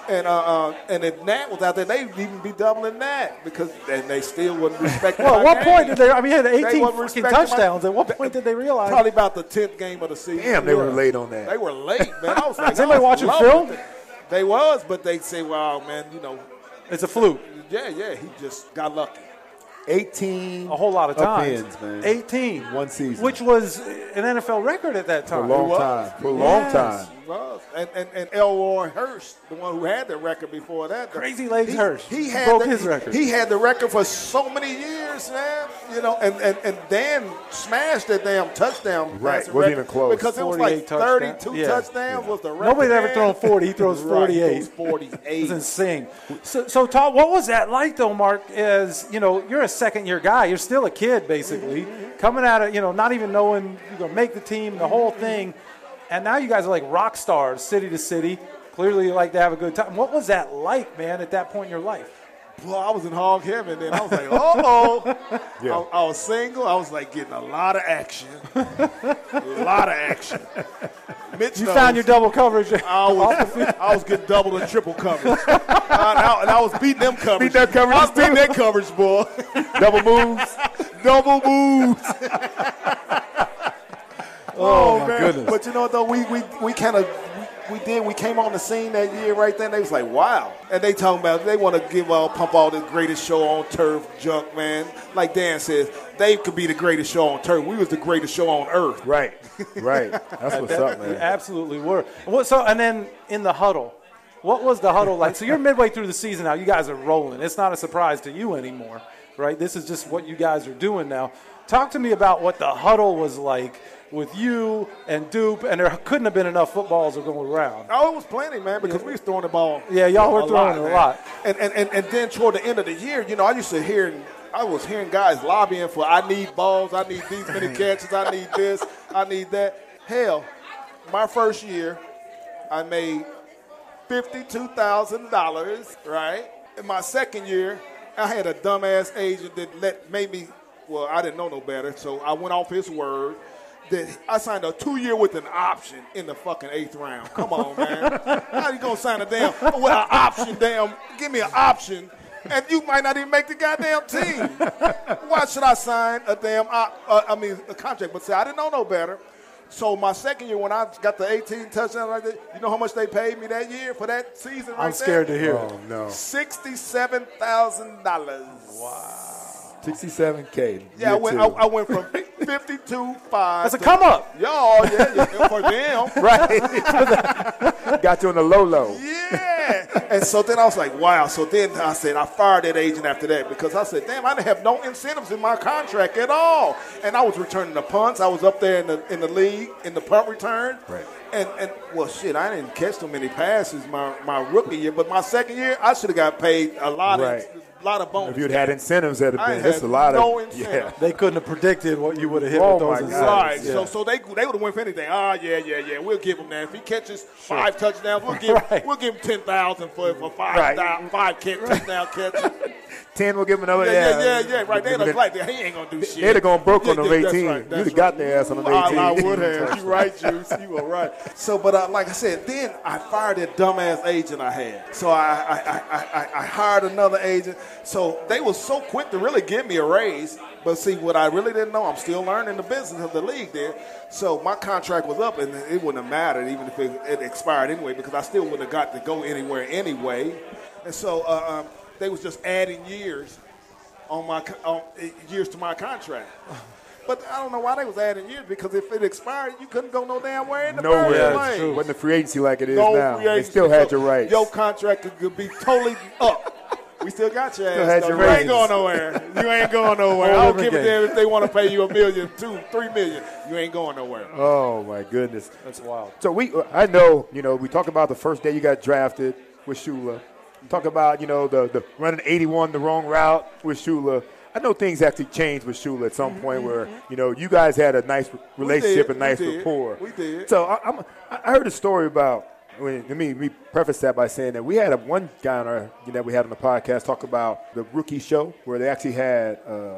And uh, uh, and if Nat was out there, they'd even be doubling that because and they still wouldn't respect.
Well,
my
at what point
game.
did they- I mean, he had 18
wasn't
fucking
respecting my-
touchdowns. At what point did they realize-
Probably about the tenth game of the season.
Damn, they were
Yeah.
late on that.
They were late, man. I was like,
Is anybody
I was
watching
loving
film?
it. They was, but they say, "Wow, man, you know,
it's a fluke.
yeah, yeah, he just got lucky."
18.
A whole lot of times.
upends, man.
18.
One season.
Which was an NFL record at that
For a
Oh,
time.
long time. For a long
Yes.
time.
He was. and, and, and Elroy Hurst, the one who had the record before that. the-
Crazy Legs
he-
Hurst
He had
broke
the-
his record.
He had the record for so many years, man. You know, and, and, and Dan smashed that damn touchdown. pass
Right, wasn't
record
even close.
Because it was like
48 touchdown.
32
Yeah.
touchdowns was the record.
Nobody's ever
man.
thrown 40. He throws
Right, he
48.
throws 48.
It's insane. So, so Todd, what was that like, though, Mark? As you know, you're a second year guy. You're still a kid, basically, coming out of you know not even knowing you're gonna make the team, the whole thing, and now you guys are like rock stars, city to city. Clearly, you like to have a good time. What was that like, man? At that point in your life,
Well, I was in hog heaven then. I was like, uh oh. I, I was single. I was like getting a lot of action. a lot of action. Mitch
you
knows.
found your double coverage.
I was, I was getting double and triple coverage. and, I, and I was beating them coverage.
Beat that coverage
I was
too.
beating that coverage, boy.
Double moves.
double moves. oh, man.
goodness.
But you know what, though? We, we, we kind of. We did. We came on the scene that year, right then. They was like, "Wow!" And they talking about they want to give all pump all the greatest show on turf junk, man. Like Dan says, they could be the greatest show on turf. We was the greatest show on earth.
Right, right. That's what's up,
You
man.
absolutely were. And What, so, and then in the huddle, what was the huddle like? So you're midway through the season now. You guys are rolling. It's not a surprise to you anymore, right? This is just what you guys are doing now. Talk to me about what the huddle was like with you and Dupe, and there couldn't have been enough footballs going around.
Oh, it was plenty, man, because we was throwing the ball.
Yeah, y'all were throwing it a
man.
lot.
And, and and and then toward the end of the year, you know, I used to hear, I was hearing guys lobbying for, I need balls, I need these many catches, I need this, I need that. Hell, my first year, I made fifty-two thousand dollars. Right. In my second year, I had a dumbass agent that let made me. Well, I didn't know no better, so I went off his word. That I signed a two-year with an option in the fucking eighth round. Come on, man. How you gonna sign a damn with an option? Damn, give me an option, and you might not even make the goddamn team. Why should I sign a damn? Op, uh, I mean, a contract. But see, I didn't know no better. So my second year, when I got the 18 touchdown, like that, you know how much they paid me that year for that season? Right
I'm scared to hear it.
Oh no,
Sixty-seven thousand dollars.
sixty-seven k.
Yeah, I went. I, I went from fifty-two five.
That's a come up.
Y'all, yeah, yeah, for them.
right. Got you on the low low.
Yeah. And so then I was like, wow. So then I said, I fired that agent after that because I said, damn, I didn't have no incentives in my contract at all. And I was returning the punts. I was up there in the in the league in the punt return.
Right.
And and well, shit, I didn't catch so many passes my my rookie year, but my second year, I should have got paid a lot
Right.
of a lot of bonus.
If you'd had incentives, that'd have
I
been. That's
had
a lot
no
of.
incentive.
Yeah.
They couldn't have predicted what you would have hit
Oh,
with those
my God.
incentives.
Right, so
Yeah.
so they they would have went for anything. Ah, yeah, yeah, yeah. We'll give him that. If he catches five touchdowns, we'll give
Right.
we'll give him ten thousand for for five
Right.
thou- five catch, touchdown catches.
Ten will give him another.
Yeah, yeah, yeah, yeah, right.
They'd
They look
have-
like that. He ain't gonna do shit.
They'd have gone broke on
Yeah,
them
yeah, that's
18.
right, that's
You'd have got
right.
their ass on them
I-
18.
I, would have. You right, Juice. You were right. So, but uh, like I said, then I fired that dumbass agent I had. So I, I, I, I, I hired another agent. So they were so quick to really give me a raise. But see, what I really didn't know, I'm still learning the business of the league there. So my contract was up, and it wouldn't have mattered even if it, it expired anyway, because I still wouldn't have got to go anywhere anyway. And so uh, um, they was just adding years on my co- on, eh, years to my contract. But I don't know why they was adding years because if it expired, you couldn't go no damn where in the
Nowhere.
first
That's
place.
true. Wasn't the free agency like it is
No
now.
free
They
agency.
still had
So
your rights.
Your contract could, could be totally up. We still got your ass.
had
though.
your
you ain't
rights.
going nowhere. You ain't going nowhere. I
Whole
don't give a
different
damn if they want to pay you a million, two, three million. You ain't going nowhere.
Oh my goodness.
That's wild.
So we, uh, I know, you know, we talk about the first day you got drafted with Shula. We talk about, you know, the, the running 81 the wrong route with Shula. I know things actually changed with Shula at some point where, you know, you guys had a nice relationship
did,
and nice
Mm-hmm, we did,
rapport.
we did.
So I, I'm, I I heard a story about. When, let me let me preface that by saying that we had a one guy on our you know, we had on the podcast talk about the rookie show where they actually had uh,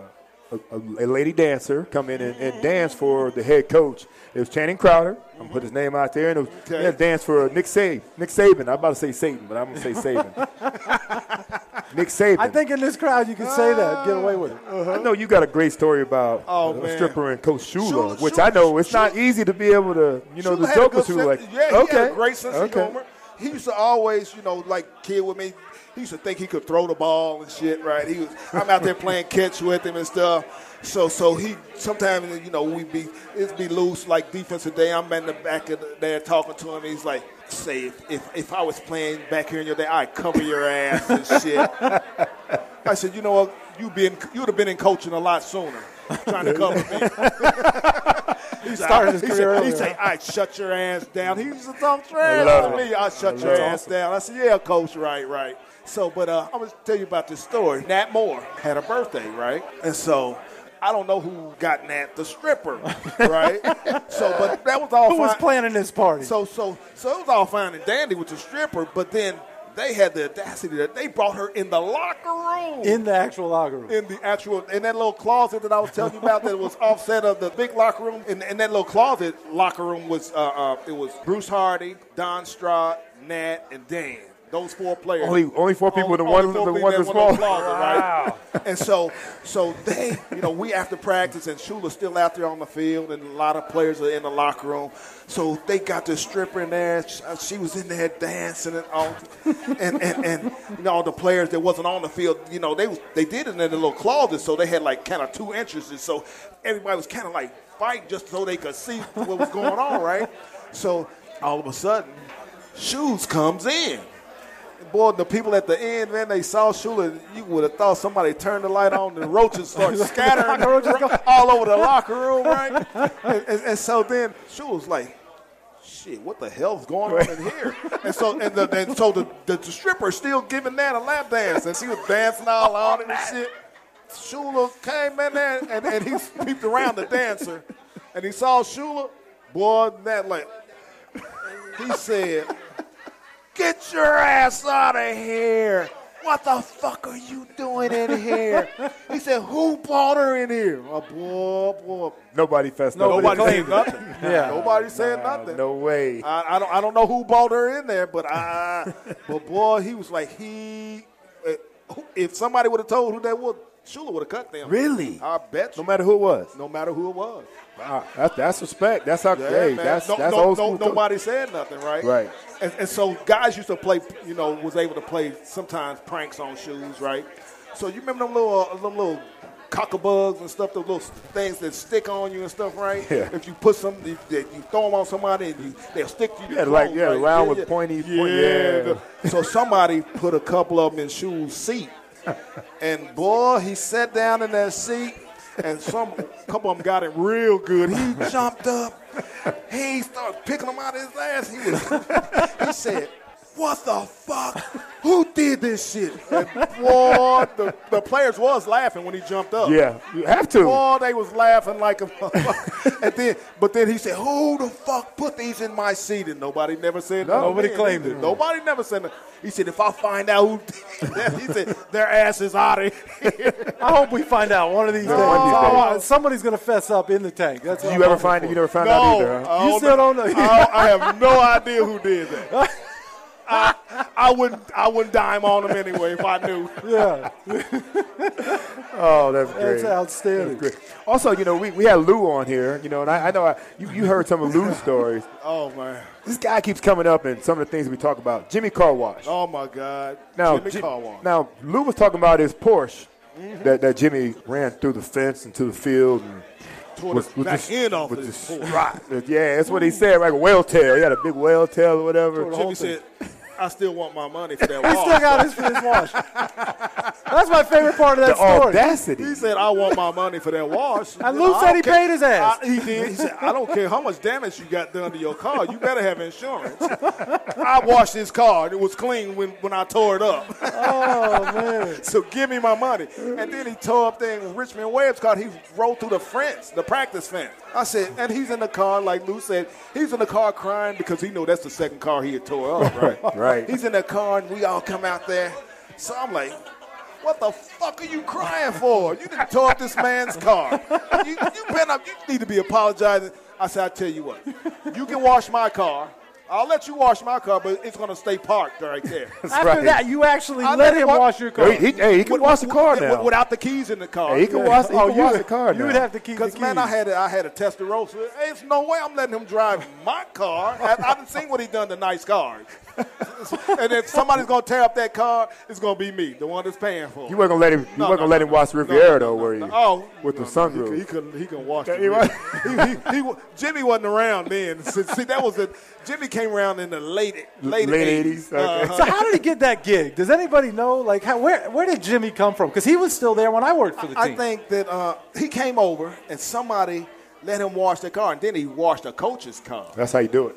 a, a- a lady dancer come in and, and dance for the head coach. It was Channing Crowder. I'm gonna put his name out there, and it was
Okay.
they had a dance for Nick Saban. Nick Saban. I'm about to say Satan, but I'm gonna say Saban. Nick Saban.
I think in this crowd you can say that, get away with it.
I know you got a great story about
Oh,
a
man.
stripper and Coach Shula,
Shula-
which
Shula-
I know it's not easy to be able to, you know,
Shula
the
had a
joke
good
with Shula.
sense-
Like,
yeah, he
okay,
had a great sense
okay.
of humor. he used to always, you know, like kid with me. He used to think he could throw the ball and shit, right? He was I'm out there playing catch with him and stuff. So so he sometimes you know we be it'd be loose like defensive day. I'm in the back of the, there talking to him. He's like, say if, if if I was playing back here in your day, I'd cover your ass and shit. I said, you know what? You been you'd have been in coaching a lot sooner, trying to cover me. He
Started his career
He
earlier.
said, "I shut your ass down." He used to talk
love
trash to
it.
me. I shut your ass down. I said, "Yeah, coach, right, right." So, but uh, I'm gonna tell you about this story. Nat Moore had a birthday, right? And so, I don't know who got Nat the stripper, right? so, but that was all.
Who was
fine.
planning this party?
So so so it was all fine and dandy with the stripper, but then they had the audacity that they brought her in the locker room.
in the actual locker room.
in the actual in that little closet that I was telling you about that was offset of the big locker room. In, in that little closet locker room was uh, uh, it was Bruce Hardy, Don Straw, Nat, and Dan. Those four players.
Only- only four people in the
Only
one-
four
the
people
one
in
that's
that
small.
little closet, right? and so so they you know we after practice and Shula's still out there on the field and a lot of players are in the locker room so they got this stripper in there she, uh, she was in there dancing and all and, and, and you know all the players that wasn't on the field you know they was- they did it in a little closet so they had like kind of two entrances so everybody was kind of like fighting just so they could see what was going on right so all of a sudden shoes comes in Boy, the people at the end, man, they saw Shula. You would have thought somebody turned the light on, and the roaches started scattering all over the locker room, right? And, and- and so then Shula's like, "Shit, what the hell's going on in here?" And so, and, the, and so the, the, stripper still giving that a lap dance, and she was dancing all on it and shit. Shula came in there, and, and he peeped around the dancer, and he saw Shula. Boy, that like, he said. Get your ass out of here. What the fuck are you doing in here? he said, Who brought her in here? Oh, boy, boy.
Nobody fessed
Nobody
up.
said nothing.
Yeah.
Nobody said nothing.
No way.
I, I don't I don't know who brought her in there, but I but boy, he was like he uh, who- if somebody would have told who that was, Shula would have cut them.
Really?
I bet
No
you.
matter who it was.
No matter who it was.
Wow, that's, that's respect. That's how.
Yeah,
hey,
man.
that's
no,
that's
no,
old
no-
school. coach.
Nobody said nothing, right?
Right.
And, and so guys used to play, you know, was able to play sometimes pranks on shoes, right? So you remember them little, uh, them little cockabugs and stuff, those little things that stick on you and stuff, right?
Yeah.
If you put some, if, if you throw them on somebody and you, they'll stick to you.
Yeah, like- yeah, round
yeah,
with
yeah.
pointy-
Yeah.
point- yeah.
So somebody put a couple of them in shoes seat, and boy, he sat down in that seat, and some couple of them got him real good. He jumped up, he started picking them out of his ass. He was, he said, "What the fuck? Who did this shit?" And boy, the, the players was laughing when he jumped up.
Yeah, you have to.
Boy, they was laughing like a motherfucker. and then, but then he said, "Who the fuck put these in my seat?" And nobody never said. nothing
Nobody
then
claimed
either.
it.
Nobody never said. Nothing. He said, "If I find out who," did that," he said, "Their ass is out of here."
I hope we find out one of these days.
one of these
Oh,
days.
wow, Somebody's going to fess up in the tank. That's
Did
what
you
I'm
ever
hoping
find
for.
You never Oh, found out
No, uh,
either. Huh?
I
You still don't know.
I, I have no idea who did that. I, I wouldn't. I wouldn't dime on him anyway if I knew.
Yeah,
Oh, that's great.
that's outstanding.
Great. Also, you know, we, we had Lou on here, you know, and I, I know I, you, you heard some of Lou's stories.
Oh man.
This guy keeps coming up and some of the things we talk about. Jimmy Car Wash.
Oh my God. Jimmy Mm-hmm.
Ji-
Carwash.
Now, Lou was talking about his Porsche that, that Jimmy ran through the fence into the field and
Tore
was,
the
was
back
just,
end off
was
of
just
his Porsche.
rot. Yeah, that's what he said, like a whale tail. He had a big whale tail or whatever.
Jimmy said, "I still want my money for that
He
wall."
still got his for his wash. That's my favorite part of that
the
story.
audacity.
He said, "I want my money for that wash."
And
You know,
Lou
I
said
don't
he
care-
paid his ass.
I- he did. He said, "I don't care how much damage you got done to your car. You better have insurance." I washed his car. and It was clean when, when I tore it up.
Oh man,
so give me my money. And then he tore up there in Richmond Webb's car. He rolled through the fence, the practice fence. I said, and he's in the car, like Lou said, he's in the car crying because he know that's the second car he had tore up, right?
right.
He's in the car, and we all come out there. So I'm like, what the fuck are you crying for? You didn't tore up this man's car. You, you been up. You need to be apologizing. I said, I tell you what, you can wash my car. I'll let you wash my car, but it's gonna stay parked right there.
after
right.
that you actually
I
let
let
him
wa-
wash your car.
He- he- hey, he can
With-
wash the car
with-
now.
without the keys in the car.
Hey, he can wash, he
Oh,
can
you
wash
would-
the car
you
now.
would have to keep the
Because man,
keys.
I had a, I had a Testarossa. There's no way I'm letting him drive my car. I, I done seen what he done to nice cars. and if somebody's gonna tear up that card, it's gonna be me, the one that's paying for it.
You weren't gonna let him. You
No,
weren't
no,
gonna let
no,
him watch Riviera though, were you?
Oh,
with the
no, no, He,
sunroof.
could- he couldn't. He couldn't watch.
he was-
he, he, he, wa- Jimmy wasn't around then. So, see, that was the Jimmy came around in the late late
Late
eighties. Uh-huh.
80s, okay.
So how did he get that gig? Does anybody know? Like, how, where where did Jimmy come from? Because he was still there when I worked for the
I
team.
think that uh, he came over and somebody let him wash the car, and then he washed the coach's car.
That's how you do it.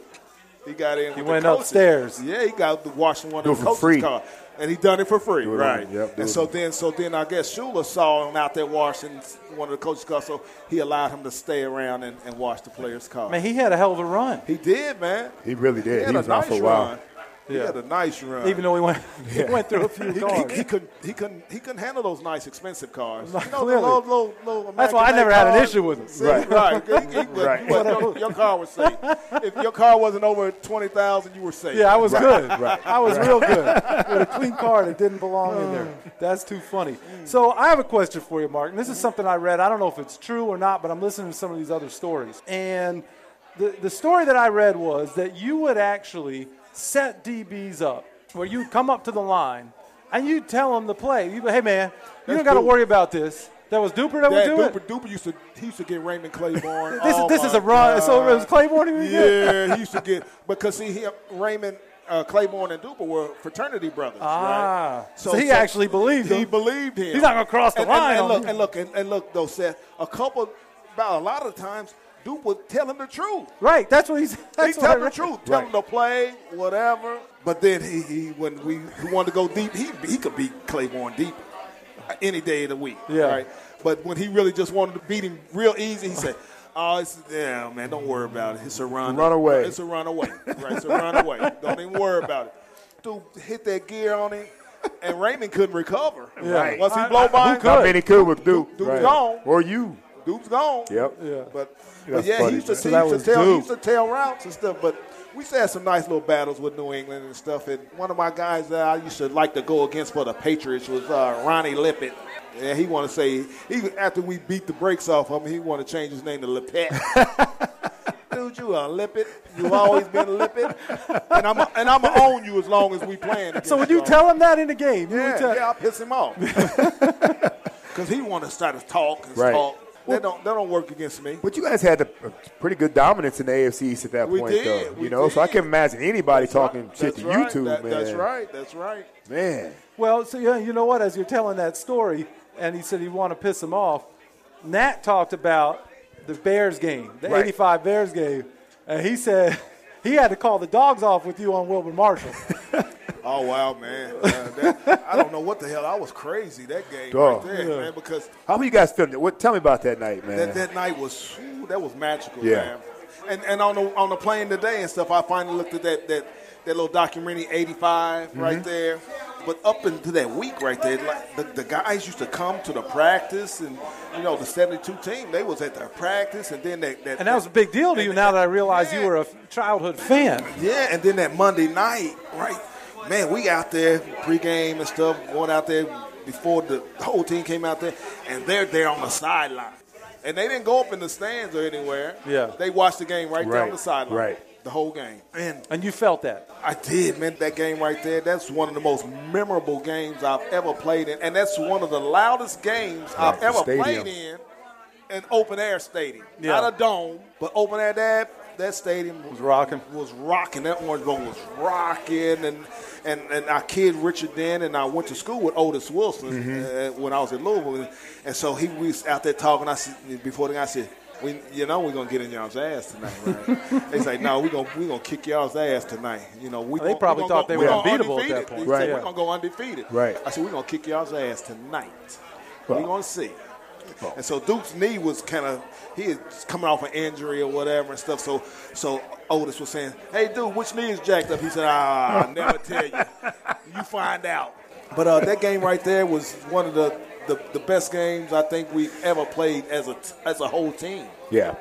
He got in. He
went upstairs.
Yeah, he got to washing one
Do
of
it
the
for
coaches'
free.
car, and he done it for free,
Do it
right?
on- yep, do
and
it
so
on-
then, so then I guess Shula saw him out there washing one of the coaches' cars, so he allowed him to stay around and, and wash the players' car.
Man, he had a hell of a run.
he did, man.
He really
He
did.
had
He
a
was out
nice
for a while.
run. He
Yeah.
had a nice run.
Even though he went he went through a few
he,
cars.
he, he couldn't he couldn't he couldn't handle those nice expensive cars.
Not
You know, the
clearly.
little- little- little
That's why I
American-made
never had an
cars.
issue with him.
See, right, He- he-
Right.
but Your, your car was safe. If your car wasn't over twenty thousand, you were safe.
Yeah, I was good. I was real good with a clean car that didn't belong in there.
Oh.
That's too funny. So I have a question for you, Martin. This is something I read. I don't know if it's true or not, but I'm listening to some of these other stories. And the, the story that I read was that you would actually set DBs up where you'd come up to the line and you'd tell them to play. You'd be, hey, man, you don't got to
Duper.
worry about this. That was Duper that would
That
do
Duper
it?
Duper used to he used to get Raymond Claiborne.
This,
Oh,
is this is
my
a run. So it was
God.
Claiborne who did it?
Yeah, he used to get because see he, Raymond uh, Claiborne and Duper were fraternity brothers.
Ah.
right?
So he actually believed
he
him.
believed him.
He's not gonna cross the
And- and-
line
And,
on
look,
you.
and look, and, and look though, Seth. A couple, about a lot of times, Dupe would tell him the truth.
Right. That's what he's. That's
he
what
tell
I
him the
read.
truth. Tell him to play, whatever. But then he, he when we he wanted to go deep, he he could beat Claiborne deep any day of the week.
Yeah.
Right. But when he really just wanted to beat him real easy, he said, "Oh, it's yeah, man. Don't worry about it. It's a run.
Runaway.
It's a runaway. Right. It's a runaway. Don't even worry about it." Dude hit that gear on him, and Raymond couldn't recover.
Right.
Once he
I-
blow
I-
by,
who
him,
could?
Not many could with Duke.
Duke gone.
Or you.
Dude's gone.
Yep.
Yeah.
But, but
That's
yeah,
funny,
he used to,
man.
he
that
used
was
to tell he
Duke.
used to tell routes and stuff. But we used to have some nice little battles with New England and stuff. And one of my guys that I used to like to go against for the Patriots was uh, Ronnie Lippett. And he want to say he after we beat the brakes off him, he want to change his name to Lippett. Dude, you a Lippett. You always been a Lippett. And I'm and I'm gonna own you as long as we playing.
So
against
when you
y'all.
tell him that in the game, you would
Yeah,
tell,
yeah, I'll piss him off. Because he want to start to talk and
Right.
talk. That don't, that don't work against me.
But you guys had a, a pretty good dominance in the AFC East at that
We
point,
did,
though.
we
you know, so I
did.
can imagine anybody talking shit
That's
to
right.
you two,
That-
man.
That's right. That's right.
Man.
Well, so yeah, you know what? As you're telling that story, and he said he want to piss him off. Nat talked about the Bears game, the
Right.
'85 Bears game, and he said he had to call the dogs off with you on Wilbur Marshall.
Oh wow, man! Uh, that, I don't know what the hell. I was crazy that game
Dog.
right there, man. Because
How were you guys feeling? What, tell me about that night, man.
that, that night was whew, that was magical,
Yeah.
man. And and on the on the plane today and stuff, I finally looked at that that, that little documentary '85
Mm-hmm.
right there. But up into that week right there, like the, the guys used to come to the practice, and you know the '72 team, they was at their practice, and then that, that
And that was a big deal to you. Now that I realize you
Yeah.
were a childhood fan.
Yeah, and then that Monday night, right? Man, we out there pregame and stuff, going out there before the whole team came out there, and they're there on the sideline. And they didn't go up in the stands or anywhere.
Yeah.
They watched the game right, there on
Right,
the sideline.
right.
The whole game. And
And you felt that.
I did, man. That game right there, that's one of the most memorable games I've ever played in. And that's one of the loudest games I've
the
ever
stadium.
played in an open air stadium.
Yeah.
Not a dome, but open air that that stadium was
rocking.
Was rocking. That Orange Bowl was rocking and and, and our kid Richard then and I went to school with Otis Wilson uh,
Mm-hmm.
when I was in Louisville and, and so he was out there talking I said before the guy said we, you know we're gonna get in y'all's ass tonight, right? He's like, no, we're gonna we gonna kick y'all's ass tonight. You know, we
They
gon- we
probably
gon'
thought
go-
they
we
were
gon'
unbeatable at that
undefeated.
point.
He said,
Right.
we're gonna go undefeated.
Right.
I said we're gonna kick y'all's ass tonight.
Well.
We're gonna see. And so Duke's knee was kind of he is coming off an injury or whatever and stuff. So so Otis was saying, "Hey, dude, which knee is jacked up?" He said, "Ah, I never tell you. You find out." But uh, that game right there was one of the, the, the best games I think we've ever played as a t- as a whole team.
Yeah.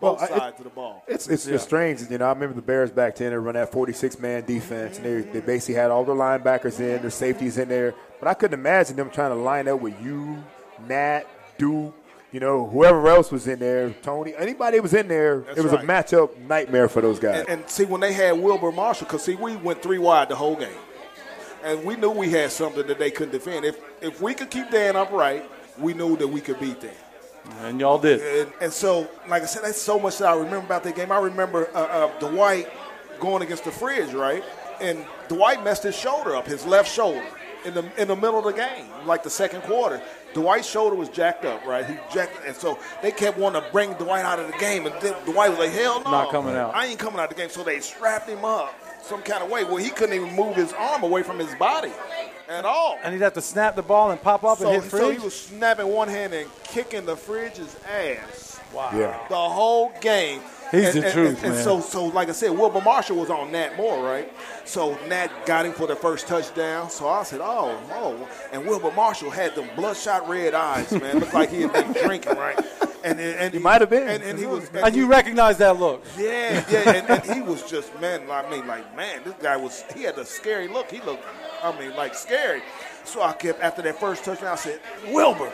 Both
I- it-
sides of the ball.
It's it's just strange, you know. I remember the Bears back then; they run that forty-six man defense, and they, they basically had all their linebackers in, their safeties in there. But I couldn't imagine them trying to line up with you, Nat, Duke, You know, whoever else was in there, Tony, anybody was in there,
That's
it was
right.
a matchup nightmare for those guys.
And, and see, when they had Wilbur Marshall, because see, we went three wide the whole game, and we knew we had something that they couldn't defend. If if we could keep Dan upright, we knew that we could beat them.
And y'all did.
And, and so, like I said, that's so much that I remember about that game. I remember uh, uh, Dwight going against the fridge, right? And Dwight messed his shoulder up, his left shoulder, in the in the middle of the game, like the second quarter. Dwight's shoulder was jacked up, right? He jacked, and so they kept wanting to bring Dwight out of the game, and then Dwight was like, "Hell no,
Not coming out.
I ain't coming out of the game." So they strapped him up some kind of way. Well, he couldn't even move his arm away from his body at all.
And he'd have to snap the ball and pop up
so,
and hit
so he
fridge.
was snapping one hand and kicking the fridge's ass. Wow
yeah.
the whole game.
He's
and,
the
and-
truth,
and, and
man.
so, so like I said, Wilbur Marshall was on Nat Moore, right? So Nat got him for the first touchdown. So I said, "Oh, no!" And Wilbur Marshall had them bloodshot red eyes, man. Looked like he had been drinking, right? And and, and he
might have been.
And, and he was.
and you recognize that look.
yeah, yeah. And, and he was just man. I mean, like man, this guy was. He had a scary look. He looked, I mean, like scary. So I kept after that first touchdown. I said, Wilbur,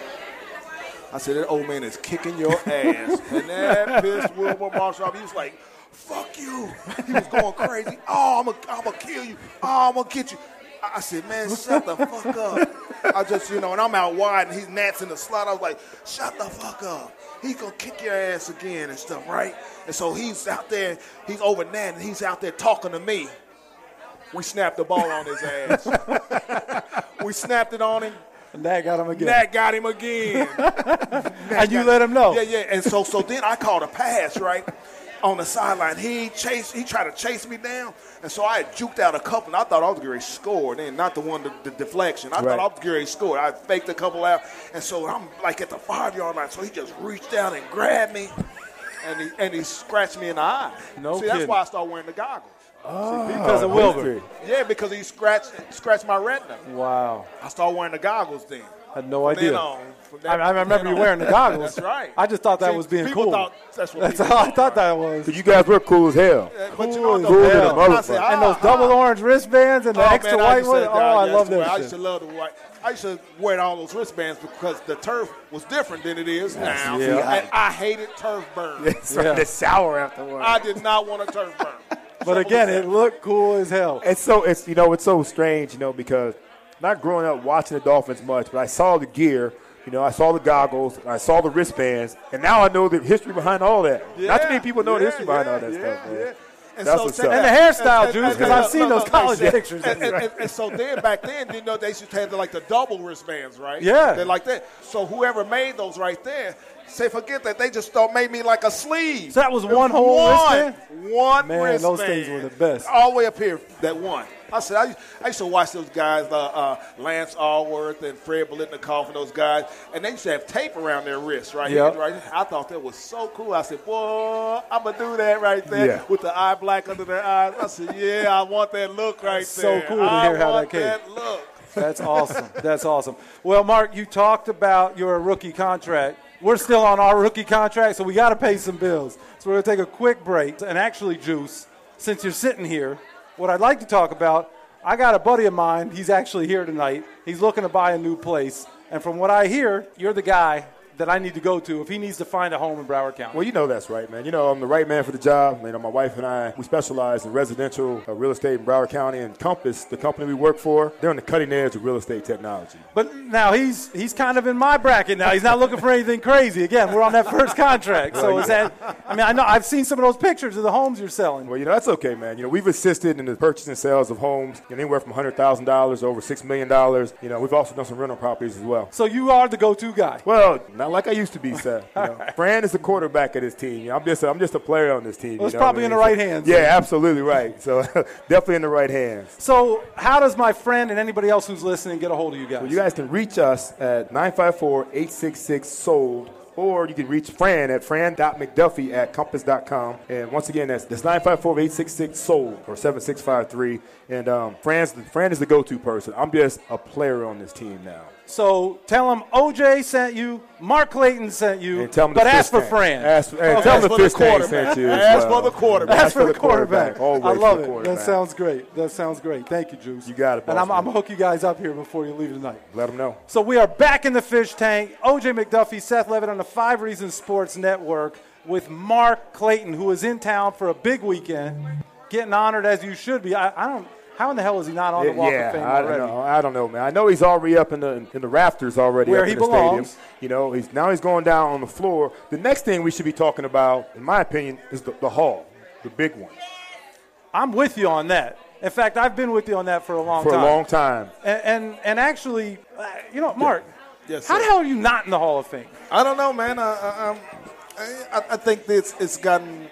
I said, that old man is kicking your ass. and that pissed Wilbur Marshall off. He was like, fuck you. He was going crazy. Oh, I'm going I'm to kill you. Oh, I'm going to get you. I I said, man, shut the fuck up. I just, you know, and I'm out wide and he's Nat's in the slot. I was like, shut the fuck up. He gonna kick your ass again and stuff, right? And so he's out there, he's over Nat and he's out there talking to me. We snapped the ball on his ass. we snapped it on him.
And that got him again.
Nat got him again.
and you let him know.
Yeah, yeah. And so so then I called a pass, right? On the sideline. He chased he tried to chase me down. And so I had juked out a couple and I thought I was gonna ready to score then, not the one the, the deflection. I
Right.
thought I was getting ready to score. I faked a couple out. And so I'm like at the five yard line. So he just reached out and grabbed me and he and he scratched me in the eye.
No
See,
kidding. Oh,
that's why I started wearing the goggles.
Because of Wilbur.
Yeah, because he scratched scratched my retina.
Wow.
I started wearing the goggles then.
Had no
From
idea.
then on, from that-
I, I
from
remember
then
you
on.
wearing the goggles.
That's right.
I just thought that
See,
was being
people
cool.
thought that's what
That's
people
all I
thought.
thought that was.
But you guys were cool as hell.
Yeah, but you
Cool
know,
as
the bell,
hell. Cool to the
I said,
motherfucker.
and those
ah,
double
ah.
orange wristbands and the
Oh,
extra
man, I
white
used to
one.
sit
Oh,
down
I love
yesterday. I
that
used to
shit.
love the white. I used to wear all those wristbands because the turf was different than it is now.
yeah.
And I hated turf burn.
Yeah.
The sour afterwards.
I did not want a turf burn.
But again, it looked cool as hell.
It's so it's you know it's so strange you know because not growing up watching the Dolphins much, but I saw the gear, you know, I saw the goggles, I saw the wristbands, and now I know the history behind all that. not too many people know the
yeah,
history behind
yeah,
all that
yeah,
stuff, man.
yeah. And,
That's
so
what's
check
up.
it
And
the
out.
hairstyle,
And-
Juice,
and-
'cause
and-
I've seen those college
they said-
pictures.
And, and- and- and so then back then, you know, they used to have the, like the double wristbands, right?
Yeah.
They're like that. So whoever made those right there, say forget that they just thought made me like a sleeve.
So that was
It
one whole
one,
wristband?
One
Man,
wristband.
those things were the best.
All the way up here, that one. I said I used, I used to watch those guys, uh, uh, Lance Allworth and Fred Belitnikoff and those guys, and they used to have tape around their wrists, right?
Yep.
Here, right. I thought that was so cool. I said, "Boy, I'm gonna do that right there
Yeah.
with the eye black under their eyes." I said, "Yeah, I want that look right
So
there."
cool to
I
hear how
want
that came.
look.
That's awesome. That's awesome. Well, Mark, you talked about your rookie contract. We're still on our rookie contract, so we got to pay some bills. So we're going to take a quick break. And actually, Juice, since you're sitting here, what I'd like to talk about, I got a buddy of mine. He's actually here tonight. He's looking to buy a new place. And from what I hear, you're the guy that I need to go to if he needs to find a home in Broward County.
Well, you know that's right, man. You know I'm the right man for the job. You know my wife and I we specialize in residential uh, real estate in Broward County. And Compass, the company we work for, they're on the cutting edge of real estate technology.
But now he's he's kind of in my bracket now. He's not looking for anything crazy. Again, we're on that first contract. So is that I mean I know I've seen some of those pictures of the homes you're selling.
Well, you know that's okay, man. You know we've assisted in the purchase and sales of homes you know, anywhere from hundred thousand dollars to over six million dollars. You know we've also done some rental properties as well.
So you are the go-to guy.
Well, not like I used to be, sir. You know, Fran is the quarterback of this team. You know, I'm just I'm just a player on this team.
Well, it's
you know what
probably
I
in
mean?
the right
So-
hands,
Yeah,
then.
absolutely right. So definitely in the right hands.
So how does my friend and anybody else who's listening get a hold of you guys?
You guys can reach us at 954-866-SOLD. Or you can reach Fran at fran.mcduffie at compass.com. And once again, that's, that's 954-866-SOLD or 7653. And um, Fran's, Fran is the go-to person. I'm just a player on this team now.
so tell him OJ sent you, Mark Clayton sent you,
And tell him
but
the
ask
fish
for
tank.
Fran.
Ask, and
Okay.
tell him
Ask
the
for the
fish tank
quarterback.
sent you as
Ask
well.
for the quarterback.
Ask for the quarterback.
Always
I
for
love
the
it.
quarterback.
That sounds great. That sounds great. Thank you, Juice.
You got it,
And
boss
I'm, I'm
man.
gonna hook you guys up here before you leave tonight.
Let him know.
So we are back in the fish tank. OJ McDuffie, Seth Levitt on the Five Reasons Sports Network with Mark Clayton, who is in town for a big weekend, getting honored as you should be. I, I don't. How in the hell is he not on the Walk
yeah,
of Fame
I don't
already?
know. I don't know, man. I know he's already up in the in the rafters already
Where
up
he
in the
belongs.
stadium. You know, he's now he's going down on the floor. The next thing we should be talking about, in my opinion, is the, the hall, the big one,
I'm with you on that. In fact, I've been with you on that for a long
for
time.
a long time.
And and, and actually, uh, you know, Mark,
Yes,
how
sir.
the hell are you not in the Hall of Fame?
I don't know, man. I, I, I'm- I, I- I think this it's gotten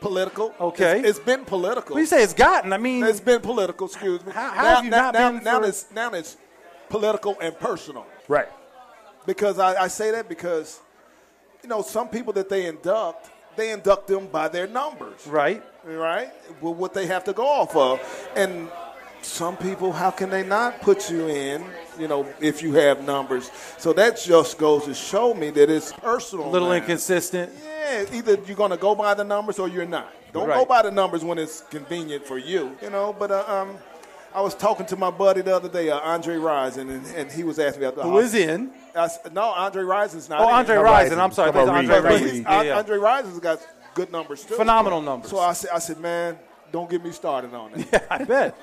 political.
Okay.
It's- it's been political.
Well, you say it's gotten. I mean,
it's been political. Excuse me.
How- how
now,
have you
now,
not
now,
been
now
for-
it's now it's political and personal.
Right.
Because I, I say that because you know some people that they induct, they induct them by their numbers,
right?
right? Well, what they have to go off of, and some people, how can they not put you in? You know, if you have numbers, so that just goes to show me that it's personal.
A little
man.
inconsistent.
Yeah, either you're going to go by the numbers or you're not. Don't go
Right.
by the numbers when it's convenient for you, you know. But uh, um, I was talking to my buddy the other day, uh, Andre Rison, and, and he was asking me about the
Who is in?
I s- no, Andre Rison's not.
Oh,
in.
Andre
Not
Rison.
Rison.
I'm sorry,
Come
that's
on,
Andre
Reed.
But
Rison.
he's-
Yeah,
An-
yeah.
Andre Rison's got good numbers too.
Phenomenal numbers.
So I said, I said, man, don't get me started on that.
I bet.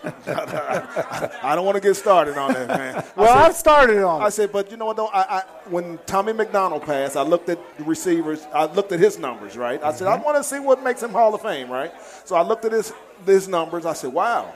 I don't want to get started on that, man.
Well,
I said,
I've started on.
I
it.
said, but you know what? Though I, I when Tommy McDonald passed, I looked at the receivers. I looked at his numbers, right? I said, I
Mm-hmm.
want to see what makes him Hall of Fame, right? So I looked at his his numbers. I said, wow,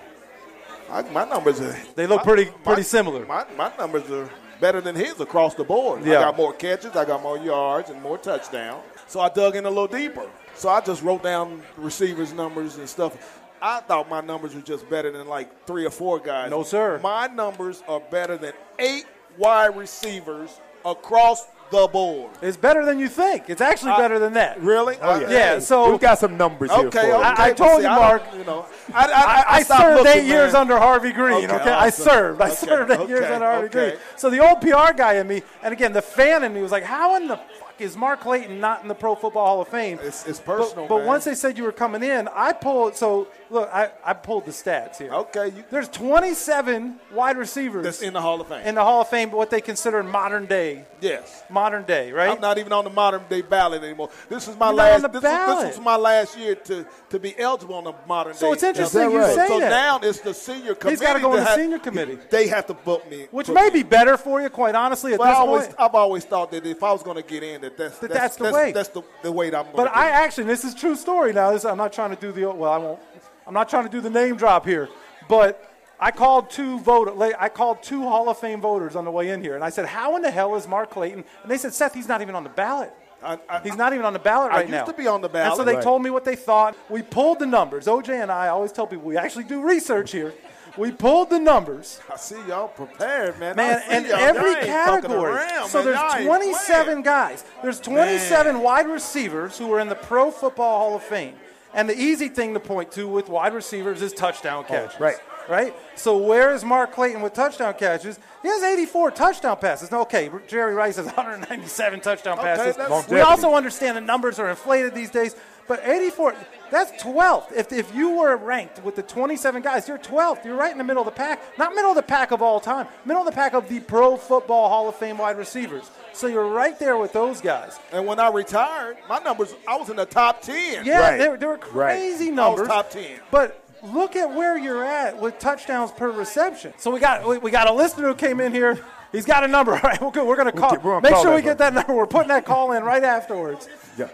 I, my numbers are
They look
my-
pretty- pretty
my-
similar.
My, my numbers are better than his across the board.
Yeah.
I got more catches, I got more yards, and more touchdowns. So I dug in a little deeper. So I just wrote down receivers' numbers and stuff. I thought my numbers were just better than like three or four guys.
No, sir.
My numbers are better than eight wide receivers across the board.
It's better than you think. It's actually better than that.
Uh, Really? Oh,
yeah. so
We've got some numbers here.
Okay, okay.
for you.
I- I
but
told
see,
you,
don't-
Mark.
You know, I, I, I,
I, I
stopped
served
looking,
eight years
man.
under Harvey Green. Okay,
Okay,
I
awesome.
served. I
Okay,
served eight years
okay,
under Harvey
okay.
Green. So the old PR guy in me, and again the fan in me, was like, "How in the fuck is Mark Clayton not in the Pro Football Hall of Fame?"
It's- it's
But-
personal,
But,
man.
once they said you were coming in, I pulled. So look, I, I pulled the stats here.
Okay, you-
there's 27 wide receivers
That's in the Hall of Fame.
in the Hall of Fame, but what they consider modern day,
yes.
modern day, right?
I'm not even on the modern day ballot anymore. This is my
You're not
last.
on the
this, Was,
ballot.
this was my last year to, to be eligible on the modern
So
day.
it's interesting
ballot.
you say
so
that.
now it's the senior committee.
gotta go on
that
the
has-
senior committee.
They have to vote me.
which
put
may
me.
be better for you, quite honestly, at
But I
this
always,
point.
I've always thought that if I was going to get in, that that's
That
that's,
that's the way.
That's the, the way that I'm.
But
gonna get
I
in.
actually, this is true story. Now, this, I'm not trying to do the well. I won't. I'm not trying to do the name drop here. But I called two voter. like, I called two Hall of Fame voters on the way in here, and I said, "How in the hell is Mark Clayton?" And they said, "Seth, he's not even on the ballot."
I- I-
He's not even on the ballot
I
right
used
now.
to be on the
And so
ballot.
they
Right.
told me what they thought. We pulled the numbers. OJ and I always tell people we actually do research here. We pulled the numbers.
I see y'all prepared, man.
Man,
I see
and
y'all.
every
Y'all ain't fucking
category.
around,
so
man. Y'all
there's
ain't
27
playing.
guys. There's 27 wide receivers who are in the Pro Football Hall of Fame. And the easy thing to point to with wide receivers is touchdown
Oh,
catches.
right.
Right? So where is Mark Clayton with touchdown catches? He has 84 touchdown passes. No, okay, Jerry Rice has 197 touchdown
Okay,
passes.
that's-
we
Longevity.
also understand the numbers are inflated these days, but 84, that's 12th. If, if you were ranked with the 27 guys, you're 12th. You're right in the middle of the pack. Not middle of the pack of all time, middle of the pack of the Pro Football Hall of Fame wide receivers. So you're right there with those guys.
And when I retired, my numbers, I was in the top 10.
Yeah,
Right.
they, were- they were
Right.
crazy
I was
numbers.
top 10.
But look at where you're at with touchdowns per reception. So we got we, we got a listener who came in here. He's got a number. All right, we're good. We're gonna call.
get- we're gonna
Make
call
sure
that
we get that number. We're putting that call in right afterwards.
Yeah.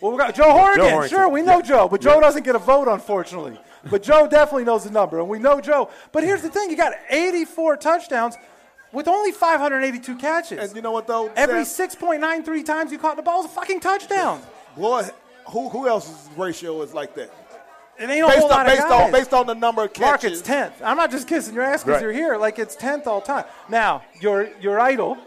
Well, we got Joe Horgan.
Horgan.
Sure, we know Joe, but Joe doesn't get a vote, unfortunately. But Joe definitely knows the number, and we know Joe. But here's the thing: you got 84 touchdowns with only 582 catches.
And you know what, though?
Every
Seth?
6.93 times you caught the ball is a fucking touchdown.
Boy, who, who else's ratio is like that?
It ain't a
Based
whole
on,
lot of
based,
guys.
on, based on the number of
Mark,
catches.
it's tenth. I'm not just kissing your ass because
Right.
you're here. Like it's tenth all time. Now your your idol,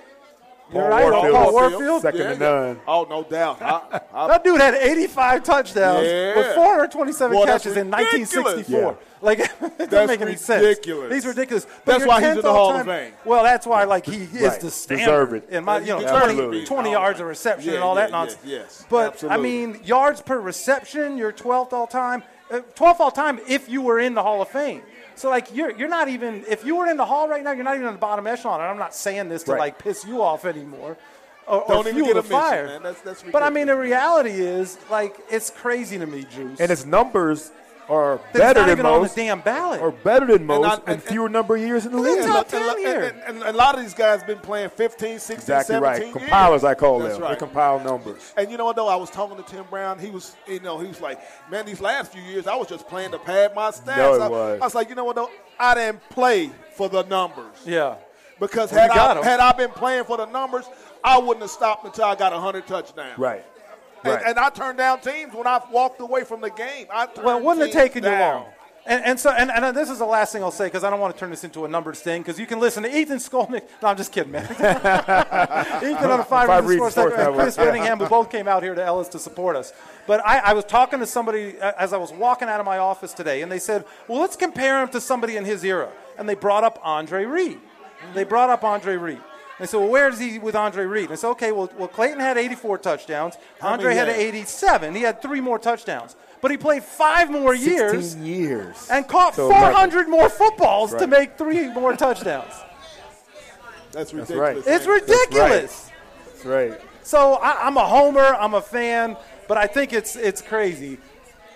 your
Paul
idol
Warfield.
Paul
Warfield.
Warfield.
Second to none.
Oh, no doubt. I, I,
That dude had 85 touchdowns
Yeah.
with 427
Boy, that's
catches in
ridiculous.
1964. Like it doesn't
That's
make any
ridiculous.
sense. He's ridiculous. But
That's
you're
why he's
10th
in the
all
Hall of
time.
Fame.
Well, that's why like he is
Right.
the standard
Deserve it.
in my you
He
know
deserves
20,
it.
20 yards of reception
Yeah,
and all
yeah,
that
yeah,
nonsense.
yes.
but I
Absolutely.
mean yards per reception, you're 12th all time. Uh, 12th all time if you were in the Hall of Fame. So like you're you're not even if you were in the hall right now, you're not even in the bottom echelon. And I'm not saying this to
Right.
like piss you off anymore. or, or
Don't even
fuel
get a
the
mention,
fire.
man. That's- that's
but I
ridiculous.
mean, the reality is, like, it's crazy to me, Juice.
and his numbers are
That he's
better
not
than
even on the
most,
damn ballot.
or better than most,
I-
and,
and-
fewer number of years in the
Look
league.
at top
And-
10 here.
And, and- and a lot of these guys been playing 15, 16,
Exactly
17
right.
years.
Compilers, I call
That's
them. They
right.
compile numbers.
And you know what though, I was talking to Tim Brown. He was, you know, he was like, "Man, these last few years, I was just playing to pad my stats."
No, it
I,
was.
I was like, you know what though, I didn't play for the numbers.
yeah.
Because
Well, you
had
got
I
'em.
had I been playing for the numbers, I wouldn't have stopped until I got hundred touchdowns.
Right.
And,
Right.
and I turned down teams when I walked away from the game. I turned
Well, it wouldn't have
teams
taken you
down.
long. And, and so, and, and this is the last thing I'll say because I don't want to turn this into a numbers thing because you can listen to Ethan Skolnick. No, I'm just kidding, man. Ethan on a five,
Five
reasons
Reasons
Sports Network
Sports
and Chris
Network, yeah.
Whittingham, who both came out here to Ellis to support us. But I, I was talking to somebody uh, as I was walking out of my office today, and they said, well, let's compare him to somebody in his era. And they brought up Andre Reed. They brought up Andre Reed. They said, well, where is he with Andre Reed? And I said, okay, well, well Clayton had 84 touchdowns.
many
Andre had
he had?
87. He had three more touchdowns. But he played five more years
16 years.
and caught
So,
400 more footballs to
Right.
make three more touchdowns.
That's
right.
ridiculous.
It's
man.
ridiculous.
That's right.
So I, I'm a homer. I'm a fan, but I think it's it's crazy.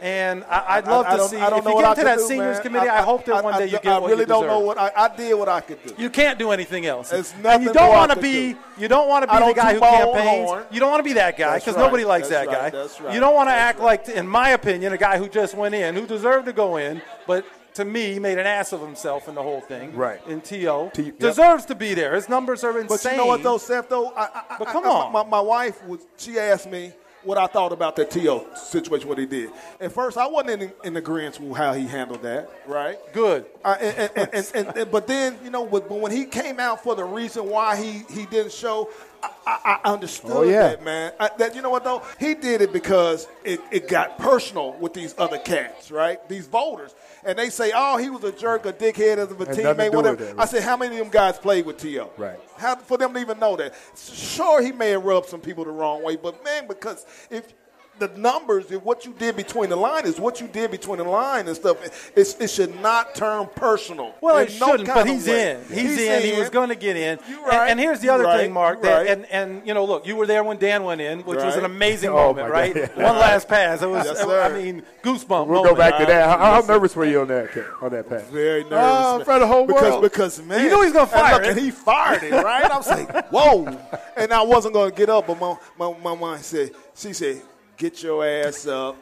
And I, I'd love
I- I
to
don't-
see
I don't
if
know
you
what
get
I
to
could
that
do,
seniors
man.
committee. I, hope that one day you get
I
what
really
you
don't know
deserve.
what I, I did. What I could do.
You can't do anything else.
There's
and you
nothing
don't
more I
wanna
could
be
do.
you don't want
I
to be the
don't
guy who
toot my own
campaigns.
horn.
You don't want to be that guy
That's
because
right.
nobody likes
That's
that
right.
guy.
That's right.
You don't want to
That's
act like, in my opinion, a guy who just went in who deserved to go in, but to me made an ass of himself in the whole thing.
Right.
In To
T- yep.
deserves to be there. His numbers are insane.
But you know what though, Seth? Though, I, I,
But
I-
come
I-
on.
my, my wife was. She asked me what I thought about that To situation, what he did. At first, I wasn't in, in agreement with how he handled that. Right.
Good.
I, and, and, and, and, and- but then you know, but, but when he came out for the reason why he, he didn't show, I, I, I understood
Oh, yeah.
that man. I, that you know what though, he did it because it, it got personal with these other cats, right? These voters, and they say, oh, he was a jerk, a dickhead, of a
Had nothing to
teammate,
do
whatever.
with it,
I
right.
said, how many of them guys played with T.O.
Right.
How for them to even know that? Sure, he may have rubbed some people the wrong way, but man, because if the numbers if what you did between the line is what you did between the line and stuff. It's, it should not turn personal.
Well, it
no
shouldn't, but
kind of
he's
way.
in. He's, in. He was going to get in.
You
And-
right.
And, here's the
You
other
right.
thing, Mark.
You
That,
right.
and and you know, look, you were there when Dan went in, which was
Right.
an amazing
Oh,
moment,
my
right?
God.
One last pass. It was.
Yes,
I
sir.
mean, goosebump.
Oh,
We'll go
moment.
back to that. How, how nervous were you on that ca- on that pass?
Uh,
Very nervous.
Oh, in
man.
front of the whole
because,
world.
Because, man.
You knew he was gonna
and
fire
look,
it.
And he fired it, right? I was like, whoa. And I wasn't going to get up, but my, my, my mom said, she said, get your ass up.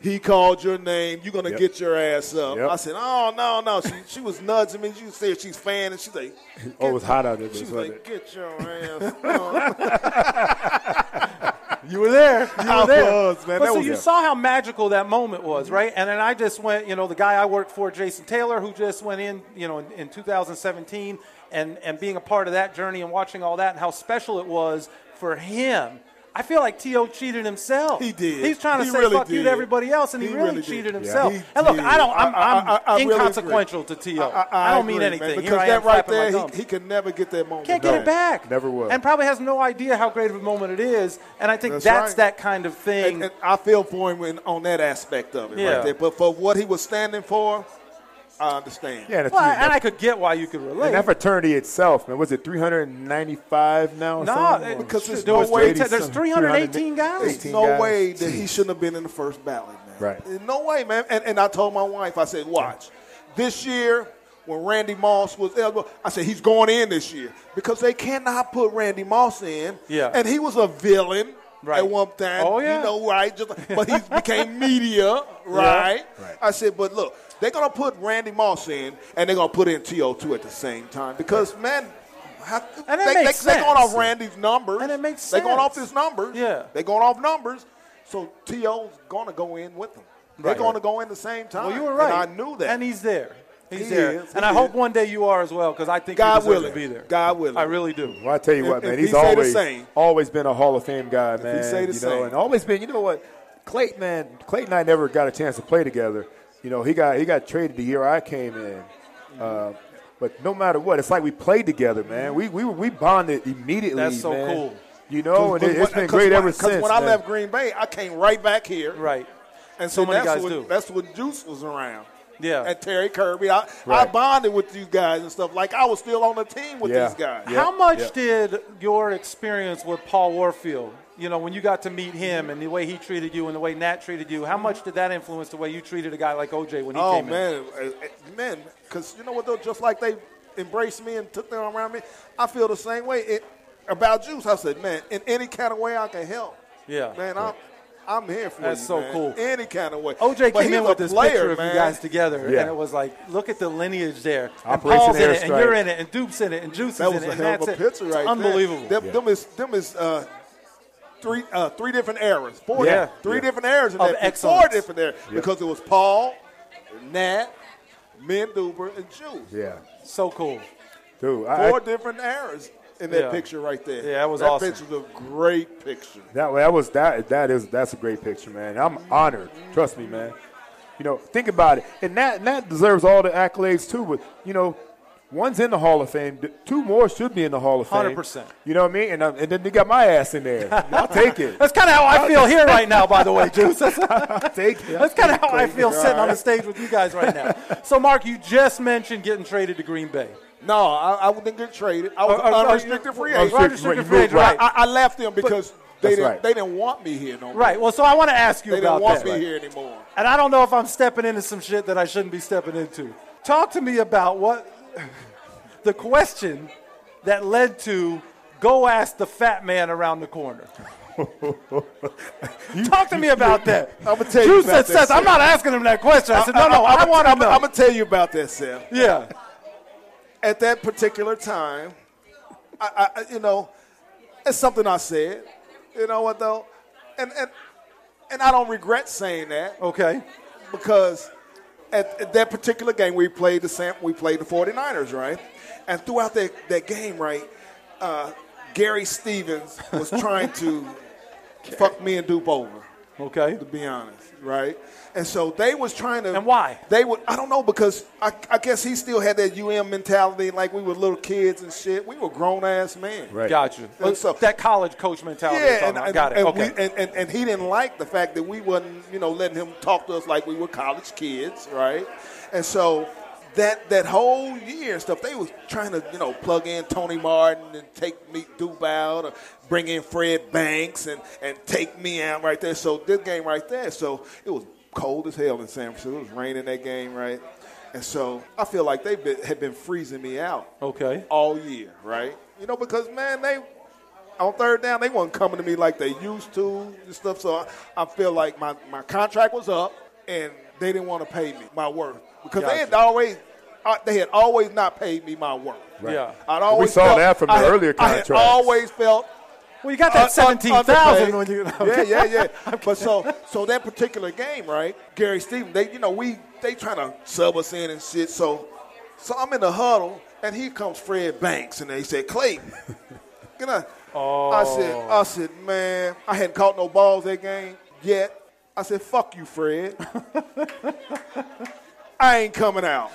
He called your name. You're going to
Yep.
get your ass up.
Yep.
I said, oh, no, no. She, she was nudging me. She said she's fanning. She's like,
Oh, it was hot out there.
she was
wasn't
like,
it?
get your ass up.
You were there. You
I
were there.
was, man.
But
That
so
was
you
it.
saw how magical that moment was, right? And then I just went, you know, the guy I work for, Jason Taylor, who just went in, you know, in, in 2017, and and being a part of that journey and watching all that and how special it was for him. I feel like To cheated himself.
He did.
He's trying to
He
say
really
fuck you to
did.
everybody else, and he,
He
really,
really did.
cheated
Yeah.
himself.
He
and look,
did.
I don't. I'm,
I- I-
I'm
I- I really
inconsequential to To. I, don't mean
agree, man,
anything.
because
Here I am
that right
flapping my
there,
gums.
he, he can never get that moment.
Can't
back.
get it back.
Never will.
And probably has no idea how great of a moment it is. And I think that's,
That's right.
that kind of thing.
And, and I feel for him in, on that aspect of it,
Yeah.
right there. But for what he was standing for, I understand.
yeah, that's
well, and I could get why you could relate.
And that fraternity itself, man, was it 395 now? or
no,
something?
it-
Or-
Because there's
there
no
was
way-
310 there's 318 guys.
There's
18
no
guys.
way that he shouldn't have been in the first ballot, man.
Right.
There's No way, man. And, and I told my wife, I said, watch, this year when Randy Moss was eligible, I said he's going in this year because they cannot put Randy Moss in.
Yeah.
And he was a villain.
Right.
At one time,
Oh, yeah.
you know, right? Just, but he became media, right?
Right.
I said, but look, they're gonna put Randy Moss in, and they're gonna put in To2 at the same time because, man, how,
And that
they,
makes
they, they're going
sense.
off Randy's numbers,
And it makes
They're going off
sense.
his numbers,
Yeah.
they're going off numbers, so T.O.'s going to go in with them. They're
Right.
going to go in the same time.
Well, you were right.
And I knew that.
And he's there. He's
He
there.
is.
and
He
I hope
is.
one day you are as well because I think
God
you deserve
willing.
to be there.
God willing.
I really do.
Well, I tell you
If-
what, man,
if
he's
he say the
always
same.
always been a Hall of Fame guy, man.
say the
you know,
same.
and always been. You know what, Clayton, man, Clayton and I never got a chance to play together. You know, he got he got traded the year I came in. Uh, but no matter what, it's like we played together, man. We we we bonded immediately.
That's so
man.
cool.
You know, Oh, and it, has been great ever since.
Because when I
man.
left Green Bay, I came right back here.
Right.
And
So
so
many
that's
guys
what,
do.
That's when Juice was around.
Yeah.
and Terry Kirby. I, I
Right.
bonded with you guys and stuff. Like I was still on the team with
Yeah.
these guys.
Yeah.
How much
yeah.
did your experience with Paul Warfield, you know, when you got to meet him and the way he treated you and the way Nat treated you, how much did that influence the way you treated a guy like OJ when he
oh
came in?
man, Uh, uh, man, because you know what though, just like they embraced me and took them around me, I feel the same way it, about Juice. I said, man, in any kind of way I can help.
Yeah.
man, I'm. I'm here for
That's
you,
so
man.
cool.
Any kind of way.
OJ
But
came
he's
in
a
with this
player,
picture of
man.
you guys together,
Yeah.
and it was like, look at the lineage there. And
Operation
Paul's in it, and
Airstrike.
you're in it, and Dupe's in it, and Juice is
That
in
was
it,
a
and
hell
that's
of a
it.
picture
It's
right there.
unbelievable.
Them, them is them is uh, three uh, three different eras. Four
Yeah.
di- three different eras in
Of
that. picture. Four
excellence.
different eras because it was Paul, Nat, Min Duber, and Juice.
Yeah.
So cool.
Dude, I,
Four
I,
different eras in that
Yeah.
picture right there.
Yeah, that was
that
awesome.
picture's a great picture.
that, that was that that is that's a great picture, man. I'm honored. Trust me, man. You know, think about it. And that that deserves all the accolades too, but you know, one's in the Hall of Fame. D- Two more should be in the Hall of Fame.
100%.
You know what I mean? And, um, and then they got my ass in there. I'll take it.
That's kind of how I feel here right now, by the way, Juice. That's,
I'll take it.
that's kind of how I feel sitting on the stage with you guys right now. So, Mark, you just mentioned getting traded to Green Bay.
No, I, I didn't get traded. I was
Or- or- or-
unrestricted free
or
agent.
unrestricted
Right,
free
you
agent,
moved
right.
I, I left them because they
That's
didn't
right.
they didn't want me here no more.
Right. Well, so I want to ask you
They
about
didn't want
that.
me here anymore.
And I don't know if I'm stepping into some shit that I shouldn't be stepping into. Talk to me about what the question that led to go ask the fat man around the corner. Talk to me about that.
I'ma tell you
Drew
about
said,
that
"Seth, I'm not asking him that question. I said, no, no, I, want to
I'm,
know.
I'm gonna tell you about that, Seth.
yeah.
at that particular time, I, I, I- you know, it's something I said. You know what though, and and and I don't regret saying that
Okay.
because at, at that particular game we played the Sam, we played the 49ers, right? And throughout that, that game, right, uh, Gary Stevens was trying to fuck me and Dupe over
Okay.
to be honest, right? And so they was trying to.
And why?
They would. I don't know because I, I guess he still had that UM mentality, like we were little kids and shit. We were grown ass men.
Right.
Gotcha.
And so-
that college coach mentality. you're
Yeah,
talking
and,
about.
and,
got it.
and
okay.
we, and, and, and he didn't like the fact that we wasn't, you know, letting him talk to us like we were college kids, right? And so that that whole year and stuff, they was trying to, you know, plug in Tony Martin and take me Dube out or bring in Fred Banks and, and take me out right there. So this game right there, so it was cold as hell in San Francisco. It was raining that game, right? And so I feel like they been, had been freezing me out
okay.
all year, right? You know, because man, they on third down they weren't coming to me like they used to and stuff. So I, I feel like my, my contract was up and they didn't want to pay me my worth because they had
Gotcha.
always uh, they had always not paid me my worth.
Yeah.
I'd always
saw
felt-
that from
I
the
had-
earlier
I
contracts.
had always felt
Well, you got that
Un- un-
seventeen thousand
underpaid.
when you.
yeah, yeah, yeah. but so so that particular game, right? Gary Stevens, they you know we they trying to sub us in and shit. So so I'm in the huddle and here comes Fred Banks and they said Clayton. Can I? I
Oh.
said I said man, I hadn't caught no balls that game yet. I said fuck you, Fred. I ain't coming out.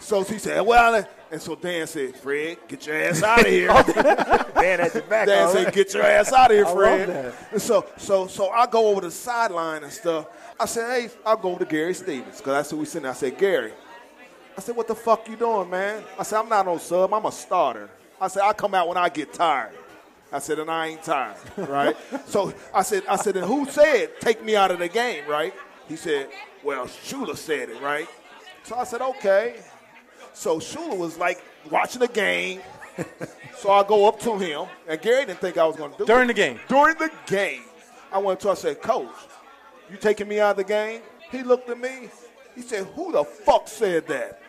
So he said, well, and so Dan said, Fred, get your ass out of here.
Man at the back.
Dad
all
said,
right.
"Get your ass out of here, Fred."
that.
And so, so, so I go over to the sideline and stuff. I said, "Hey, I'll go over to Gary Stevens because that's who we sent." I said, "Gary," I said, "What the fuck you doing, man?" I said, "I'm not no sub. I'm a starter." I said, "I come out when I get tired." I said, "And I ain't tired, right?" so I said, "I said, and who said take me out of the game, right?" He said, "Well, Shula said it, right?" So I said, "Okay." So Shula was like watching the game. So I go up to him, and Gary didn't think I was going to do
During
it.
the game.
During the game, I went to. I said, "Coach, you taking me out of the game?" He looked at me. He said, "Who the fuck said that?"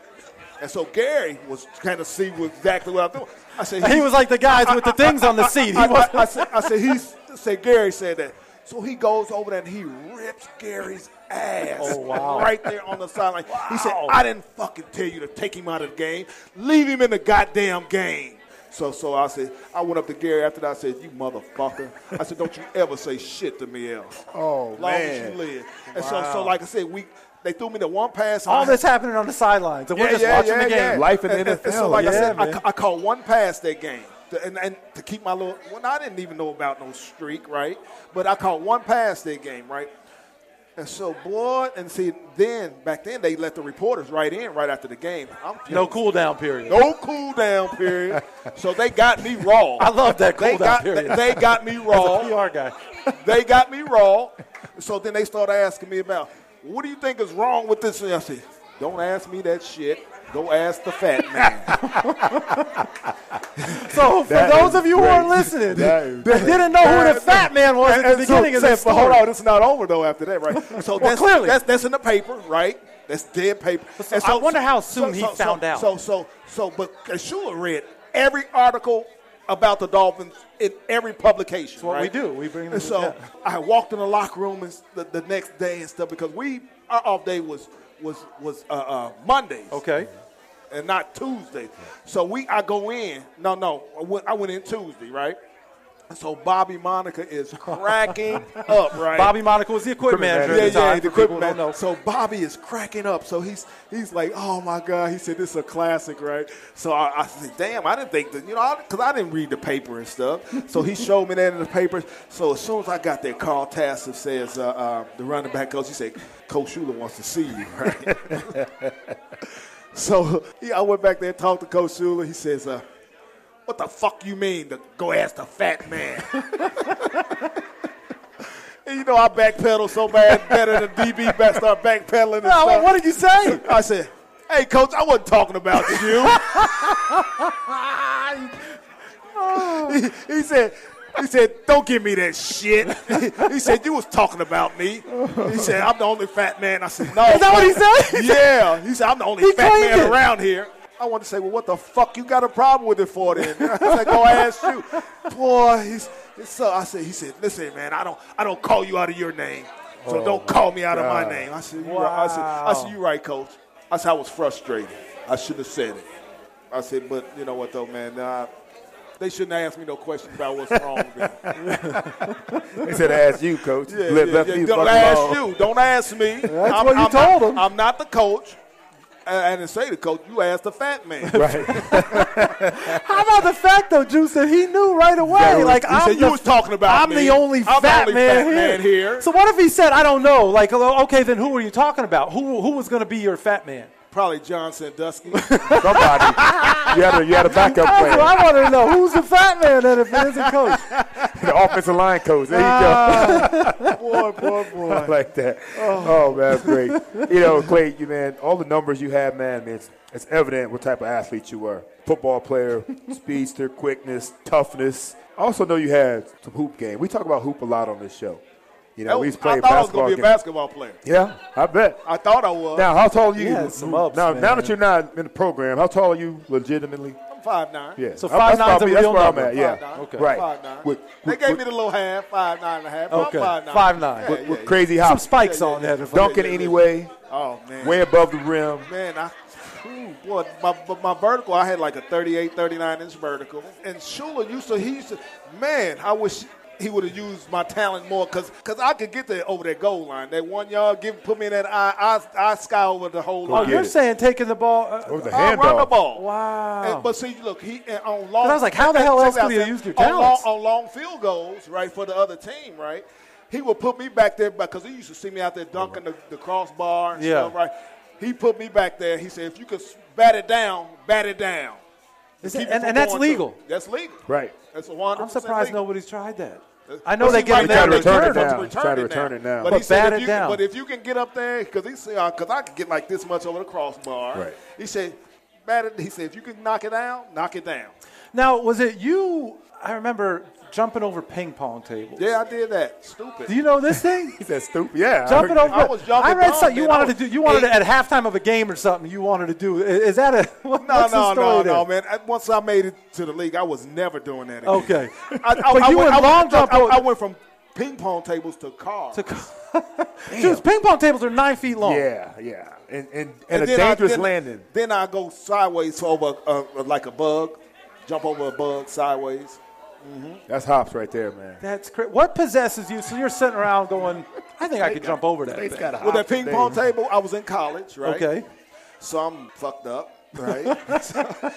And so Gary was trying to see what- exactly what I'm doing. I said,
He was like the guys with the things on the
I-
seat. He
I, I,
wasn't-
I said, I said, he's, I said, Gary said that. So he goes over there and he rips Gary's ass
Oh, wow.
right there on the sideline. He said, I didn't fucking tell you to take him out of the game. Leave him in the goddamn game. So, so I said, I went up to Gary after that. I said, you motherfucker. I said, don't you ever say shit to me else.
Oh,
Long
man.
as you live. And so, so like I said, we they threw me the one pass. and
All
I-
this happening on the sidelines, and we're just watching the game.
Life in the
and, and- and so,
NFL.
like I
Yeah,
said, I,
man.
ca- I caught one pass that game, To- and, and to keep my little. Well, I didn't even know about no streak, right? But I caught one pass that game, right? And so, boy, and see, then back then they let the reporters right in right after the game. I'm
No cool down period.
no cool down period. so they got me raw.
I love that cool
they
down
got,
period.
They got me raw.
PR guy.
they got me raw. So then they started asking me about, what do you think is wrong with this? And I said, don't ask me that shit. Go ask the fat man.
So for
That
those
is
of you who are
great.
listening,
That is
that didn't know who the fat man was at the beginning of
so,
this
but hold
story.
on, it's not over though. After that, right? So that's,
clearly.
that's that's in the paper, right? That's dead paper.
so I wonder how soon he found
so,
out.
So so so, but Shula read every article about the Dolphins in every publication. That's
what we do. We bring them-
And so
yeah.
I walked in the locker room and s- the, the next day and stuff because we our off day was was was uh, uh, Mondays
Okay.
and not Tuesday. So we, I go in. No, no, I went, I went in Tuesday, right? So Bobby Monica is cracking up, right?
Bobby Monaco was the equipment manager
yeah,
at the
yeah,
time.
the
for people who
equipment.
don't know.
So Bobby is cracking up. So he's he's like, "Oh my God!" He said, "This is a classic, right?" So I, I said, "Damn, I didn't think that, you know, because I, didn't read the paper and stuff." So he showed me that in the paper. So as soon as I got there, Carl Tassif says, uh, uh, "The running back coach," he said, "Coach Shula wants to see you." Right? so yeah, I went back there and talked to Coach Shula. He says, uh, "What the fuck you mean? To go ask the fat man?" And you know, I backpedal so bad, better than DB back start backpedaling. And
No,
stuff.
what did you say?
I said, hey, coach, I wasn't talking about you. he, he said, he said, don't give me that shit. he said, you was talking about me. He said, I'm the only fat man. I said, no.
Is that what he said?
Yeah. He said, I'm the only
He
fat
claimed
man
it.
around here. I want to say, well, what the fuck you got a problem with it for then? I said, go ask you. Boy, he's, so I said, he said, listen, man, I don't, I don't call you out of your name. So
Oh
don't call me out of my name. I said, you right. I said, I said, you right, coach. I said, I was frustrated. I should have said it. I said, but you know what though, man, nah, they shouldn't ask me no questions about what's wrong with me.
He said, ask you, coach.
Yeah,
Let-
yeah,
left
yeah.
me
Don't
fucking
ask
alone.
you. Don't ask me. That's
what you told
not,
him.
I'm not the coach. I, I didn't say the coach. You asked the fat man.
How about the fact though, Juice, that he knew right away? like
he
I'm
said,
the,
you was talking about
I'm
me.
the only
I'm the
fat,
only fat
man, here.
man here.
So what if he said, I don't know? Like, hello, okay, then who were you talking about? Who who was going to be your fat man?
Probably John Sandusky.
Somebody. you, had a, you had a backup
That's what
plan.
I want to know. Who's the fat man then if it isn't Coach?
The offensive line coach. There you
boy, boy,
go.
Ah. boy.
I like that. Oh, man, that's great. You know, Clay, you man, all the numbers you have, man, it's, it's evident what type of athlete you were. Football player, speedster, quickness, toughness. I also know you had some hoop game. We talk about hoop a lot on this show. You know, we
Oh, I
used to play
thought I was going
basketball.
to be a
game.
basketball player.
Yeah, I bet.
I thought I was.
Now, how tall are you? Mm-hmm.
Yeah, some ups,
now, now
man.
that you're not in the program, how tall are you legitimately?
I'm five nine.
Yeah.
So
I-
five
that's
nine's a
probably- that's
real
where
number.
I'm at. Yeah.
Okay.
Right.
Five nine.
With-
they
with-
gave
with-
me the little half, five nine and a half.
Okay.
I'm five nine.
Five nine.
Yeah,
With-
yeah,
with crazy
Some
hops.
spikes on that. if I-
Dunking
yeah, yeah.
anyway,
yeah. Oh man.
way above the rim.
Man, I, ooh, boy, my, my- my vertical, I had like a 38, 39 inch vertical. And Shula used to, he used to, man, I wish he would have used my talent more because cause I could get there over that goal line. That one yard, give, put me in that eye, I, I sky over the whole
Oh,
line.
you're
it.
saying taking the ball. uh,
Over the
I run Oh, the
handoff.
ball.
Wow.
And- but see, look, he and on long.
I was like, how the hell
check
else
out
could he
that.
use your
on long,
talents?
on long field goals, right, for the other team, right? He would put me back there because he used to see me out there dunking the, the crossbar and
Yeah.
stuff, right? He put me back there. He said, if you could bat it down, bat it down.
Is
Keep
it-
it
and,
from
and that's
going to-
legal.
That's legal.
Right.
That's a 100
I'm surprised nobody's tried that. I
But
know they
see,
give
right
it
now
down
to
they
to
return
try
turn.
it
to
down. Try to return it now.
But,
But
he said
bat
if
it
you,
down.
But if you can get up there, because he said, because I could get like this much over the crossbar.
Right.
He said, bat it. He said, if you can knock it down, knock it down.
Now, was it you? I remember jumping over ping pong tables.
Yeah, I did that. Stupid.
Do you know this thing?
He said, "Stupid." Yeah. I
Jumping
heard-
over.
I was jumping
I read
dumb,
something you
man.
wanted
I was
to do. You wanted
eight.
to, at halftime of a game or something. You wanted to do. I- Is that a? What,
no,
what's
no,
the story
no,
there?
no, man. I- Once I made it to the league, I was never doing that. Again.
Okay.
I, I,
But
I
you
went,
and
I
long
went, I-
jump
I,
over-
I went from ping pong tables to cars.
Dude, ping pong tables are nine feet long.
Yeah, yeah. And and, and, a
then I-
dangerous
then-
landing.
Then I go sideways over uh, like a bug, jump over a bug sideways.
That's hops right there, man.
That's cra- what possesses you. So you're sitting around going, I think I could jump over that. thing."
got a
With that ping pong table, I was in college, right?
Okay.
So I'm fucked up, right?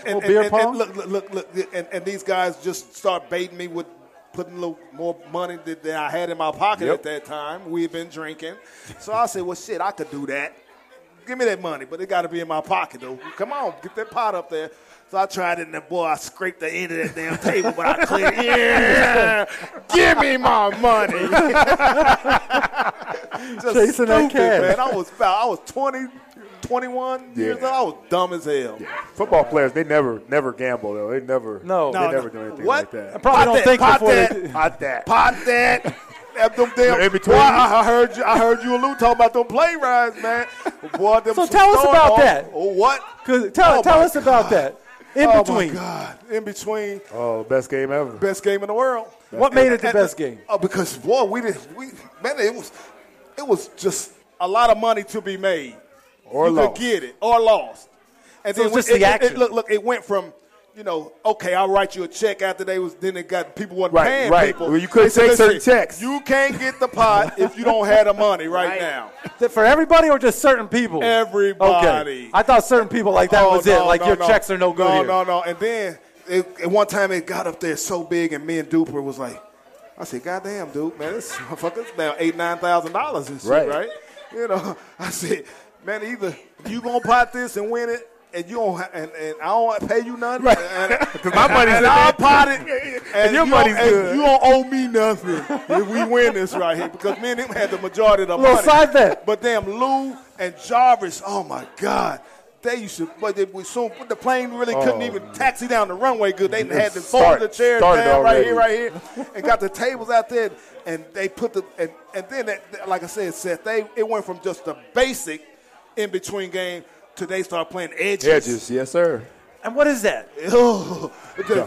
and,
beer
and- and
pong?
look, look, look, look, and, and these guys just start baiting me with putting a little more money that, that I had in my pocket
Yep.
at that time. We had been drinking. So I said, well, shit, I could do that. Give me that money, but it got to be in my pocket, though. Come on, get that pot up there. So I tried it, and that boy, I scraped the end of that damn table, but I cleared it. Yeah! Give me my money! Just
Chasing that
stupid,
cat.
man. I was about, I was 20, 21 years old.
Yeah.
I was dumb as hell.
Football players, they never never gamble though. They never
No.
they
No,
never do anything
what?
like that.
Probably
Pot
don't
that,
think
pot
before
that.
they-
Pot that.
Pot that. Have them damn.
In between.
Boy, I I heard you. I heard you and Lou talking about them play rides, man. Boy, them
So
some
tell us
store-
about
oh,
that.
Oh, what?
Cause tell
Oh,
tell
my
us about that. In
oh
between,
my God! In between,
Oh, best game ever.
best game in the world.
What made it the best game?
Oh, because boy, we did. We man, it was, it was just a lot of money to be made
Or
you
lost.
could get it or lost. And
So
then
it's just
it,
the
it- it-
action.
look, look, it went from. You know, okay, I'll write you a check after they was. Then it got people wasn't
Right,
paying
right.
people.
Well, you couldn't
They said,
take certain
"Listen,
checks."
You can't get the pot if you don't have the money right, now.
Th- for everybody or just certain people?
Everybody.
Okay. I thought certain people like that
Oh,
was it.
no,
Like
no,
your
no.
checks are no good
No,
here.
no, no. And then it, at one time it got up there so big, and me and Duper was like, I said, God damn, dude, man, this motherfucker's now eight, nine thousand dollars and shit,
Right.
right. You know, I said, man, either you gonna pot this and win it. And you don't, ha- and, and I don't pay you nothing. Right. Because my money's and I'll pot it. And,
your
you
money's
don't,
good.
And you don't owe me nothing if we win this right here. Because me and him had the majority of the
Little
money.
side bet.
But damn, Lou and Jarvis, oh my God. They used to, but they, we soon, but the plane really couldn't even taxi down the runway good. They had to fold
Oh, Start-
the chairs down
started
right
already.
here, right here, and got the tables out there. And they put the, and, and then, that, like I said, Seth, they, it went from just the basic in between game to they start playing edges.
Edges, yes sir.
And what is that?
Ugh.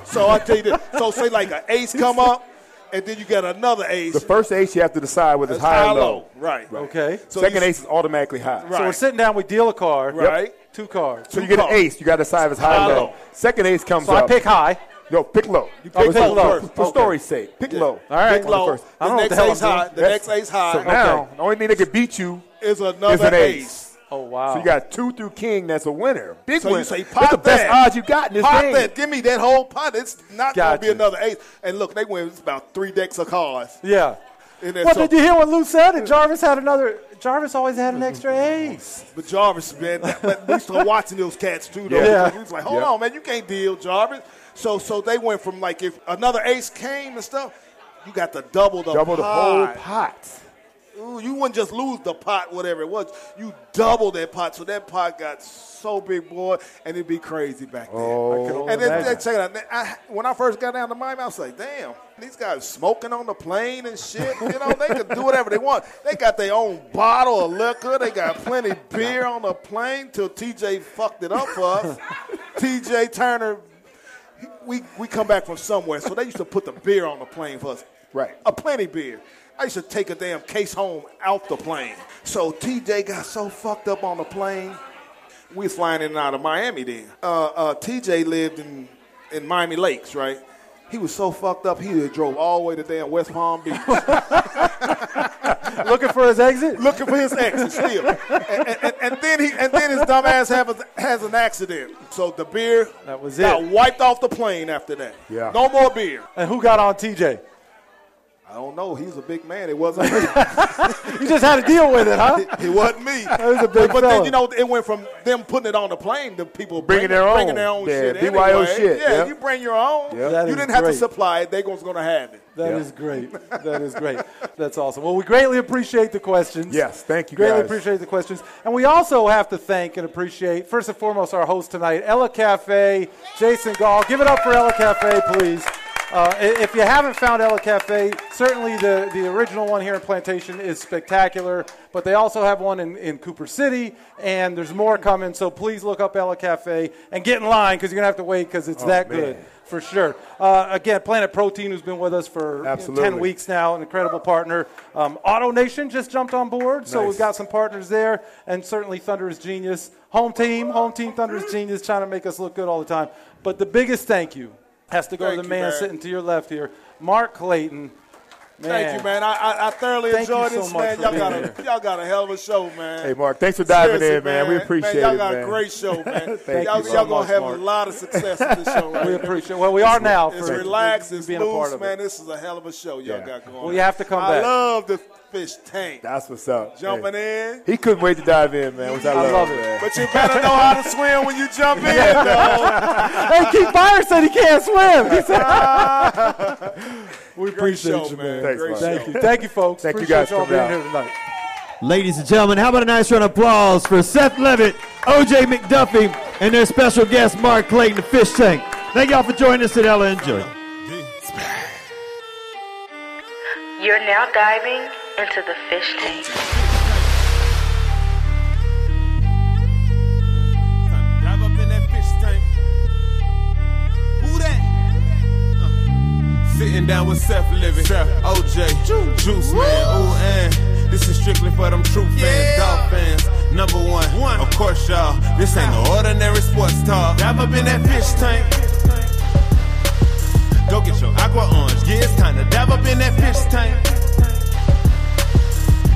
so I tell you, this, so say like an ace come up, and then you got another ace.
The first ace you have to decide whether it's
That's
high or low.
Right.
Okay.
So
Second
you-
ace is automatically high.
So we're sitting down. We deal a card.
Right.
Two cards.
So you get an ace, you got to decide if it's high or
High,
low.
low.
Second ace comes
So
up.
I pick high.
Yo, pick low. You
pick low
For,
first.
for
Okay.
story's sake, pick low.
All right.
Pick low.
first.
The
I don't know what the
next
hell
ace
I'm doing.
high. The
That's-
next ace high.
So now, the only thing that could beat you
is another
is an ace.
ace.
Oh wow.
So you got two through king. That's a winner. Big
So
winner.
you say pop
that's the best
that.
odds you got in this
Pop
game.
that. Give me that whole pot. It's not
Gotcha.
gonna be another ace. And look, they went it's about three decks of cards.
yeah.
In there.
Well,
So- Mm-hmm.
did you hear what Lou said? And Jarvis had another. Jarvis always had an extra ace.
But Jarvis, man, that- but we started watching those cats too, though.
Yeah.
because We was like, hold
Yeah.
on, man, you can't deal, Jarvis. So, so they went from like if another ace came and stuff, you got the double the
Double the whole
pot.
pot.
Ooh, you wouldn't just lose the pot, whatever it was. You double that pot, so that pot got so big, boy, and it'd be crazy back then.
Oh, only
and then, then
imagine.
check it out. I, when I first got down to Miami, I was like, damn, these guys smoking on the plane and shit. You know, they can do whatever they want. They got their own bottle of liquor. They got plenty beer on the plane till TJ fucked it up for us. TJ Turner. We, we come back from somewhere, so they used to put the beer on the plane for us.
Right.
A plenty beer. I used to take a damn case home out the plane. So TJ got so fucked up on the plane. We was flying in and out of Miami then. Uh, uh, TJ lived in, in Miami Lakes, right? He was so fucked up, he drove all the way to damn West Palm Beach
Looking for his exit.
looking for his exit still. And, and- and- and then he and then his dumb ass have a, has an accident. So the beer
That was
got
it.
wiped off the plane after that.
Yeah.
No more beer.
And who got on TJ?
I don't know. He's a big man. It wasn't me.
You just had to deal with it, huh?
it wasn't me.
was a big
but
fella.
then you know it went from them putting it on the plane to people
Bringing
bringing,
their own.
bringing their own
Yeah,
shit.
BYO
anyway.
shit,
Yeah,
yeah.
you bring your own.
Yeah.
That
You
is
didn't have
great.
to supply it. They was gonna have it.
That is
Yeah.
great. That is great. That's awesome. Well, we greatly appreciate the questions.
Yes, thank you,
Greatly
guys.
appreciate the questions, and we also have to thank and appreciate first and foremost our host tonight, Ella Cafe, Jason Gall. Give it up for Ella Cafe, please. Uh, i- if you haven't found Ella Cafe, certainly the, the original one here in Plantation is spectacular, but they also have one in, in Cooper City, and there's more coming. So please look up Ella Cafe and get in line because you're going to have to wait because it's that
Oh, man.
good for sure. Uh, again, Planet Protein, who's been with us for you know,
Absolutely.
10 weeks now, an incredible partner. Um, Auto Nation just jumped on board, so
Nice.
we've got some partners there, and certainly Thunderous Genius, home team, home team Thunderous Genius, trying to make us look good all the time. But the biggest thank you has to go to
Thank
the
you,
man
man.
sitting to your left here, Mark Clayton.
Thank you, man. I, I, I thoroughly
Thank you
enjoyed
so
this,
much
man.
for
Y'all
being
got, a, y'all got a hell of a show, man.
Hey, Mark, thanks for diving
Seriously,
in, man. We appreciate
man, y'all
it,
got
man.
a great show, man.
Thank
y'all
you so
y'all gonna
much,
have
Mark.
a lot of success with this show right
We
here.
appreciate. Well, we are now.
It's
for
relaxed, it's
being a part
loose,
of
man.
it.
This is a hell of a show y'all
Yeah.
got going
Well,
on.
you have to come
I
back.
love the fish tank.
That's what's up.
Jumping
Hey.
in.
He couldn't wait to dive in, man, which I,
I love it.
man.
But you better know how to swim when you jump in, though.
Hey, Keith Byers said he can't swim. He said,
We appreciate
you,
man.
Thanks,
Great
Mark.
show.
thank you, thank you, folks.
Thank you
Appreciate
guys
y'all
for
being
that.
here tonight.
Ladies and gentlemen, how about a nice round of applause for Seth Levitt, OJ McDuffie, and their special guest, Mark Clayton, the fish tank. Thank y'all for joining us at Ella Enjoy.
You're now diving into the fish tank.
Dive up in that fish tank. Who that? Uh, Sitting down with Seth Living, OJ, Juice, Man, ooh, and this is strictly for them true fans, dog fans. Number one, of course, y'all. This ain't no ordinary sports talk. Dive up in that fish tank. Go get your aqua orange, yeah, it's time to dive up in that fish tank.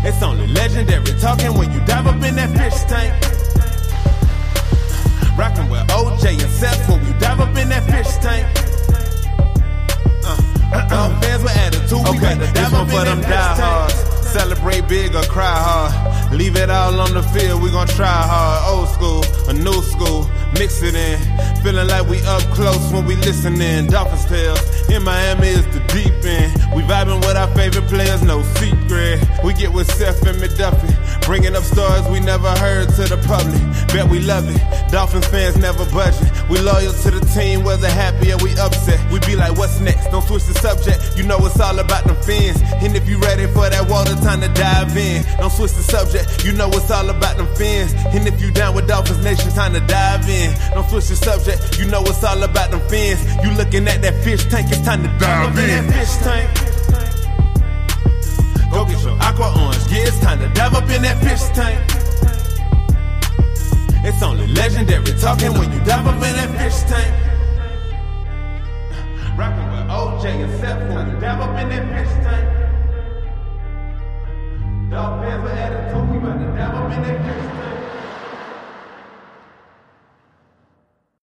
It's only legendary talking when you dive up in that fish tank. Rockin' with OJ and Seth when you dive up in that fish tank. Uh, uh, uh, fans with attitude, we got to dive up in that fish tank. Celebrate big or cry hard. Leave it all on the field, we gon' try hard. Old school, a new school, mix it in. Feeling like we up close when we listening. Dolphins tales. In Miami is the deep end. We vibing with our favorite players, no secret. We get with Seth and McDuffie. Bringing up stories we never heard to the public. Bet we love it. Dolphins fans never budging. We loyal to the team, whether happy or we upset. We be like, what's next? Don't switch the subject. You know it's all about them fins. And if you ready for that water, time to dive in. Don't switch the subject. You know it's all about them fins. And if you down with Dolphins Nation, time to dive in. Don't switch the subject. You know it's all about them fins. You looking at that fish tank, it's time to dive in. That fish tank. Go get your aqua orange. Yeah, it's time to dive up in that fish tank. It's only legendary talking when you dive up in that fish tank. Rockin' with OJ and Seth when you dive up in that fish tank. Dog fans with attitude, we about to dive up in that fish tank.